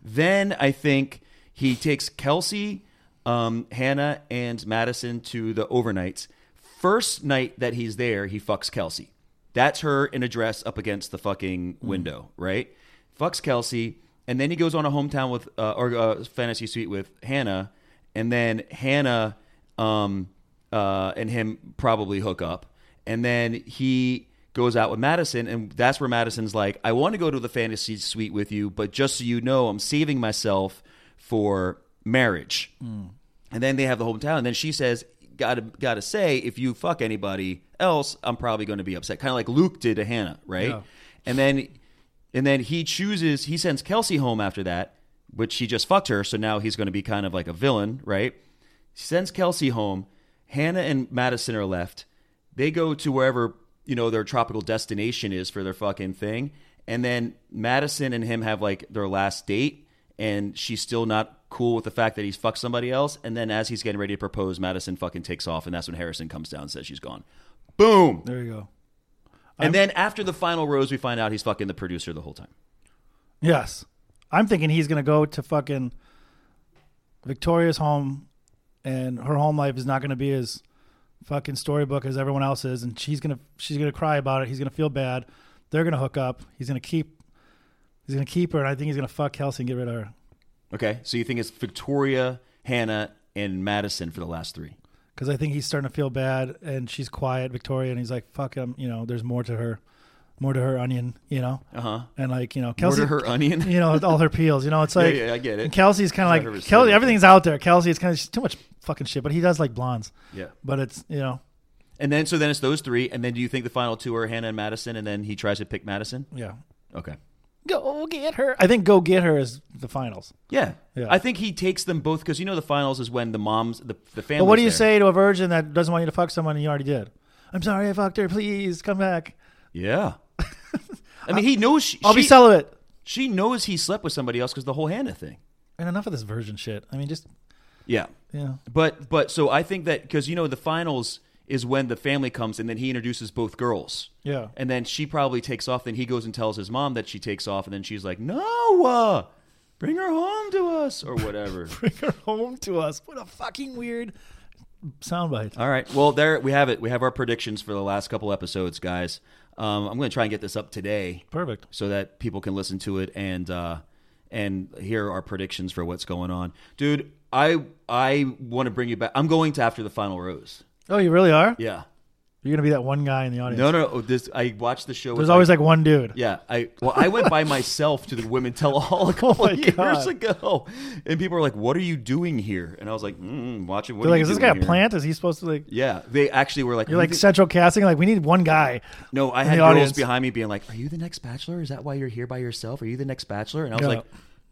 [SPEAKER 2] then I think he takes Kelsey um, Hannah and Madison to the overnights. First night that he's there, he fucks Kelsey. That's her in a dress up against the fucking window, right? Fucks Kelsey, and then he goes on a hometown with uh, or uh, fantasy suite with Hannah, and then Hannah um, uh, and him probably hook up, and then he goes out with Madison, and that's where Madison's like, "I want to go to the fantasy suite with you, but just so you know, I'm saving myself for marriage." And then they have the hometown. And then she says, "Gotta, gotta say, if you fuck anybody else, I'm probably going to be upset." Kind of like Luke did to Hannah, right?
[SPEAKER 3] Yeah.
[SPEAKER 2] And then, and then he chooses. He sends Kelsey home after that, which he just fucked her. So now he's going to be kind of like a villain, right? Sends Kelsey home. Hannah and Madison are left. They go to wherever you know their tropical destination is for their fucking thing. And then Madison and him have like their last date and she's still not cool with the fact that he's fucked somebody else. And then as he's getting ready to propose, Madison fucking takes off, and that's when Harrison comes down and says she's gone. Boom.
[SPEAKER 3] there you go.
[SPEAKER 2] And then after the final rose, we find out he's fucking the producer the whole time.
[SPEAKER 3] Yes, I'm thinking he's gonna go to fucking Victoria's home, and her home life is not gonna be as fucking storybook as everyone else's, and she's gonna she's gonna cry about it. He's gonna feel bad. They're gonna hook up. He's gonna keep. He's gonna keep her, and I think he's gonna fuck Kelsey and get rid of her
[SPEAKER 2] Okay, so you think it's Victoria, Hannah, and Madison for the last three?
[SPEAKER 3] because I think he's starting to feel bad, and she's quiet, Victoria, and he's like, "Fuck him," you know. There's more to her, more to her onion, you know,
[SPEAKER 2] Uh huh.
[SPEAKER 3] and like you know, Kelsey,
[SPEAKER 2] Order her onion.
[SPEAKER 3] you know, with all her peels. You know, it's like
[SPEAKER 2] yeah, I get it.
[SPEAKER 3] And Kelsey's kind
[SPEAKER 2] I've
[SPEAKER 3] of
[SPEAKER 2] never
[SPEAKER 3] like
[SPEAKER 2] seen
[SPEAKER 3] Kelsey.
[SPEAKER 2] it.
[SPEAKER 3] Everything's out there. Kelsey is kind of too much fucking shit, but he does like blondes.
[SPEAKER 2] Yeah.
[SPEAKER 3] But it's you know,
[SPEAKER 2] And then so then it's those three, and then do you think the final two are Hannah and Madison, and then he tries to pick Madison?
[SPEAKER 3] yeah.
[SPEAKER 2] Okay.
[SPEAKER 3] Go get her. I think go get her is the finals.
[SPEAKER 2] Yeah.
[SPEAKER 3] Yeah.
[SPEAKER 2] I think he takes them both because you know the finals is when the moms the the family.
[SPEAKER 3] But what do you say to a virgin that doesn't want you to fuck someone and you already did? I'm sorry, I fucked her. Please come back.
[SPEAKER 2] Yeah. I mean, he knows she,
[SPEAKER 3] I'll be
[SPEAKER 2] she-
[SPEAKER 3] celibate.
[SPEAKER 2] she knows he slept with somebody else because the whole Hannah thing.
[SPEAKER 3] And enough of this virgin shit. I mean, just
[SPEAKER 2] Yeah.
[SPEAKER 3] you know,
[SPEAKER 2] But but so I think that because you know the finals is when the family comes and then he introduces both girls.
[SPEAKER 3] yeah.
[SPEAKER 2] And then she probably takes off. Then he goes and tells his mom that she takes off, and then she's like, "No, uh, bring her home to us or whatever."
[SPEAKER 3] Bring her home to us. What a fucking weird soundbite.
[SPEAKER 2] All right. Well, there we have it. We have our predictions for the last couple episodes, guys. Um, I'm going to try and get this up today
[SPEAKER 3] Perfect.
[SPEAKER 2] so that people can listen to it and uh, and hear our predictions for what's going on, dude. I I want to bring you back. I'm going to after the final rose.
[SPEAKER 3] Oh, you really are?
[SPEAKER 2] Yeah.
[SPEAKER 3] You're gonna be that one guy in the audience.
[SPEAKER 2] No, no. no, This I watched the show. with,
[SPEAKER 3] There's always like one dude.
[SPEAKER 2] Yeah, I well, I went by myself to the women tell all a couple
[SPEAKER 3] Oh my
[SPEAKER 2] of years
[SPEAKER 3] God.
[SPEAKER 2] ago, and people were like, "What are you doing here?" And I was like, mm, "Watching." What
[SPEAKER 3] They're
[SPEAKER 2] are
[SPEAKER 3] like,
[SPEAKER 2] you
[SPEAKER 3] is this
[SPEAKER 2] doing
[SPEAKER 3] guy a
[SPEAKER 2] here?"
[SPEAKER 3] plant? Is he supposed to like?
[SPEAKER 2] Yeah, they actually were like,
[SPEAKER 3] You're
[SPEAKER 2] "Are
[SPEAKER 3] like
[SPEAKER 2] you the-"
[SPEAKER 3] central casting. Like we need one guy.
[SPEAKER 2] No, I
[SPEAKER 3] in
[SPEAKER 2] had
[SPEAKER 3] the
[SPEAKER 2] girls
[SPEAKER 3] audience.
[SPEAKER 2] behind me being like, "Are you the next bachelor? Is that why you're here by yourself? Are you the next bachelor?" And I was
[SPEAKER 3] Yeah.
[SPEAKER 2] like,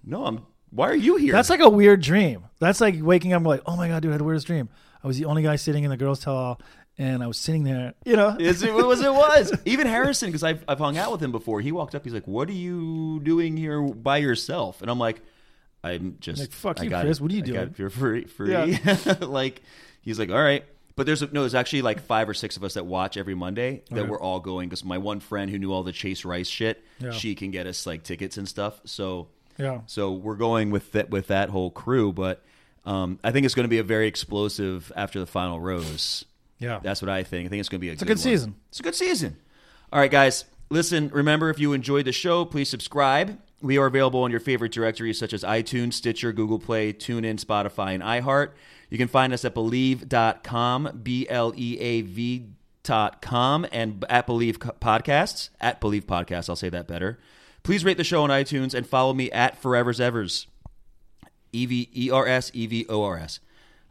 [SPEAKER 2] "No, I'm. Why are you here?"
[SPEAKER 3] That's like a weird dream. That's like waking up like, oh my god, dude, I had the weirdest dream. I was the only guy sitting in the girls' tell all, and I was sitting there. You know,
[SPEAKER 2] Is it was it was even Harrison because I've I've hung out with him before. He walked up. He's like, "What are you doing here by yourself?" And I'm like, "I'm just
[SPEAKER 3] Like, fuck
[SPEAKER 2] I
[SPEAKER 3] you,
[SPEAKER 2] got
[SPEAKER 3] Chris.
[SPEAKER 2] it.
[SPEAKER 3] What are you
[SPEAKER 2] I got
[SPEAKER 3] doing?"
[SPEAKER 2] it for free, free.
[SPEAKER 3] Yeah.
[SPEAKER 2] like he's like, "All right." But there's a, no, there's actually like five or six of us that watch every Monday that we're all going because my one friend who knew all the Chase Rice shit,
[SPEAKER 3] Yeah.
[SPEAKER 2] she can get us like tickets and stuff. So
[SPEAKER 3] Yeah.
[SPEAKER 2] so we're going with that with that whole crew. But um, I think it's going to be a very explosive after the final rose.
[SPEAKER 3] Yeah.
[SPEAKER 2] That's what I think. I think it's going to be a
[SPEAKER 3] a
[SPEAKER 2] good,
[SPEAKER 3] good
[SPEAKER 2] one.
[SPEAKER 3] season.
[SPEAKER 2] It's a good season. All right, guys. Listen, remember if you enjoyed the show, please subscribe. We are available on your favorite directories such as iTunes, Stitcher, Google Play, TuneIn, Spotify, and iHeart. You can find us at believe.com, B L E A V dot com, and at Believe Co- Podcasts, at Believe Podcasts. I'll say that better. Please rate the show on iTunes and follow me at Forever's Evers. E V E R S E V O R S.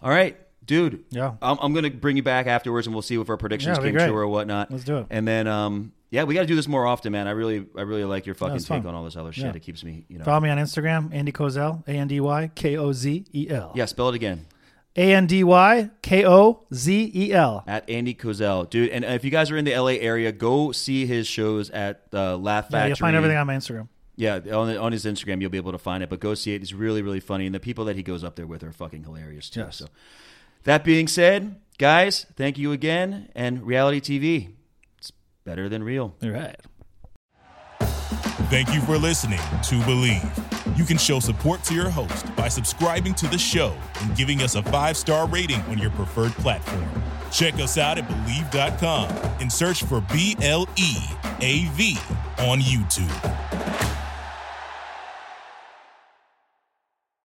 [SPEAKER 2] All right, dude.
[SPEAKER 3] Yeah.
[SPEAKER 2] I'm, I'm gonna bring you back afterwards, and we'll see if our predictions
[SPEAKER 3] Yeah,
[SPEAKER 2] came
[SPEAKER 3] it'd be
[SPEAKER 2] true
[SPEAKER 3] great.
[SPEAKER 2] or whatnot.
[SPEAKER 3] Let's do it.
[SPEAKER 2] And then, um, yeah, we got to do this more often, man. I really, I really like your fucking
[SPEAKER 3] it's fun.
[SPEAKER 2] take on all this other shit.
[SPEAKER 3] Yeah.
[SPEAKER 2] It keeps me, you know.
[SPEAKER 3] Follow me on Instagram, Andy Kozel, A N D Y K O Z E L.
[SPEAKER 2] yeah, spell it again
[SPEAKER 3] A N D Y K O Z E L.
[SPEAKER 2] at Andy Kozel, dude. And if you guys are in the LA area, go see his shows at uh, Laugh Factory.
[SPEAKER 3] Yeah, you'll find everything on my Instagram.
[SPEAKER 2] Yeah, on, on his Instagram, you'll be able to find it. But go see it; it's really, really funny, and the people that he goes up there with are fucking hilarious too. So, that being said, guys, thank you again, and reality TV, it's better than real.
[SPEAKER 3] All right.
[SPEAKER 1] Thank you for listening to Believe. You can show support to your host by subscribing to the show and giving us a five star rating on your preferred platform. Check us out at Believe.com and search for B L E A V on YouTube.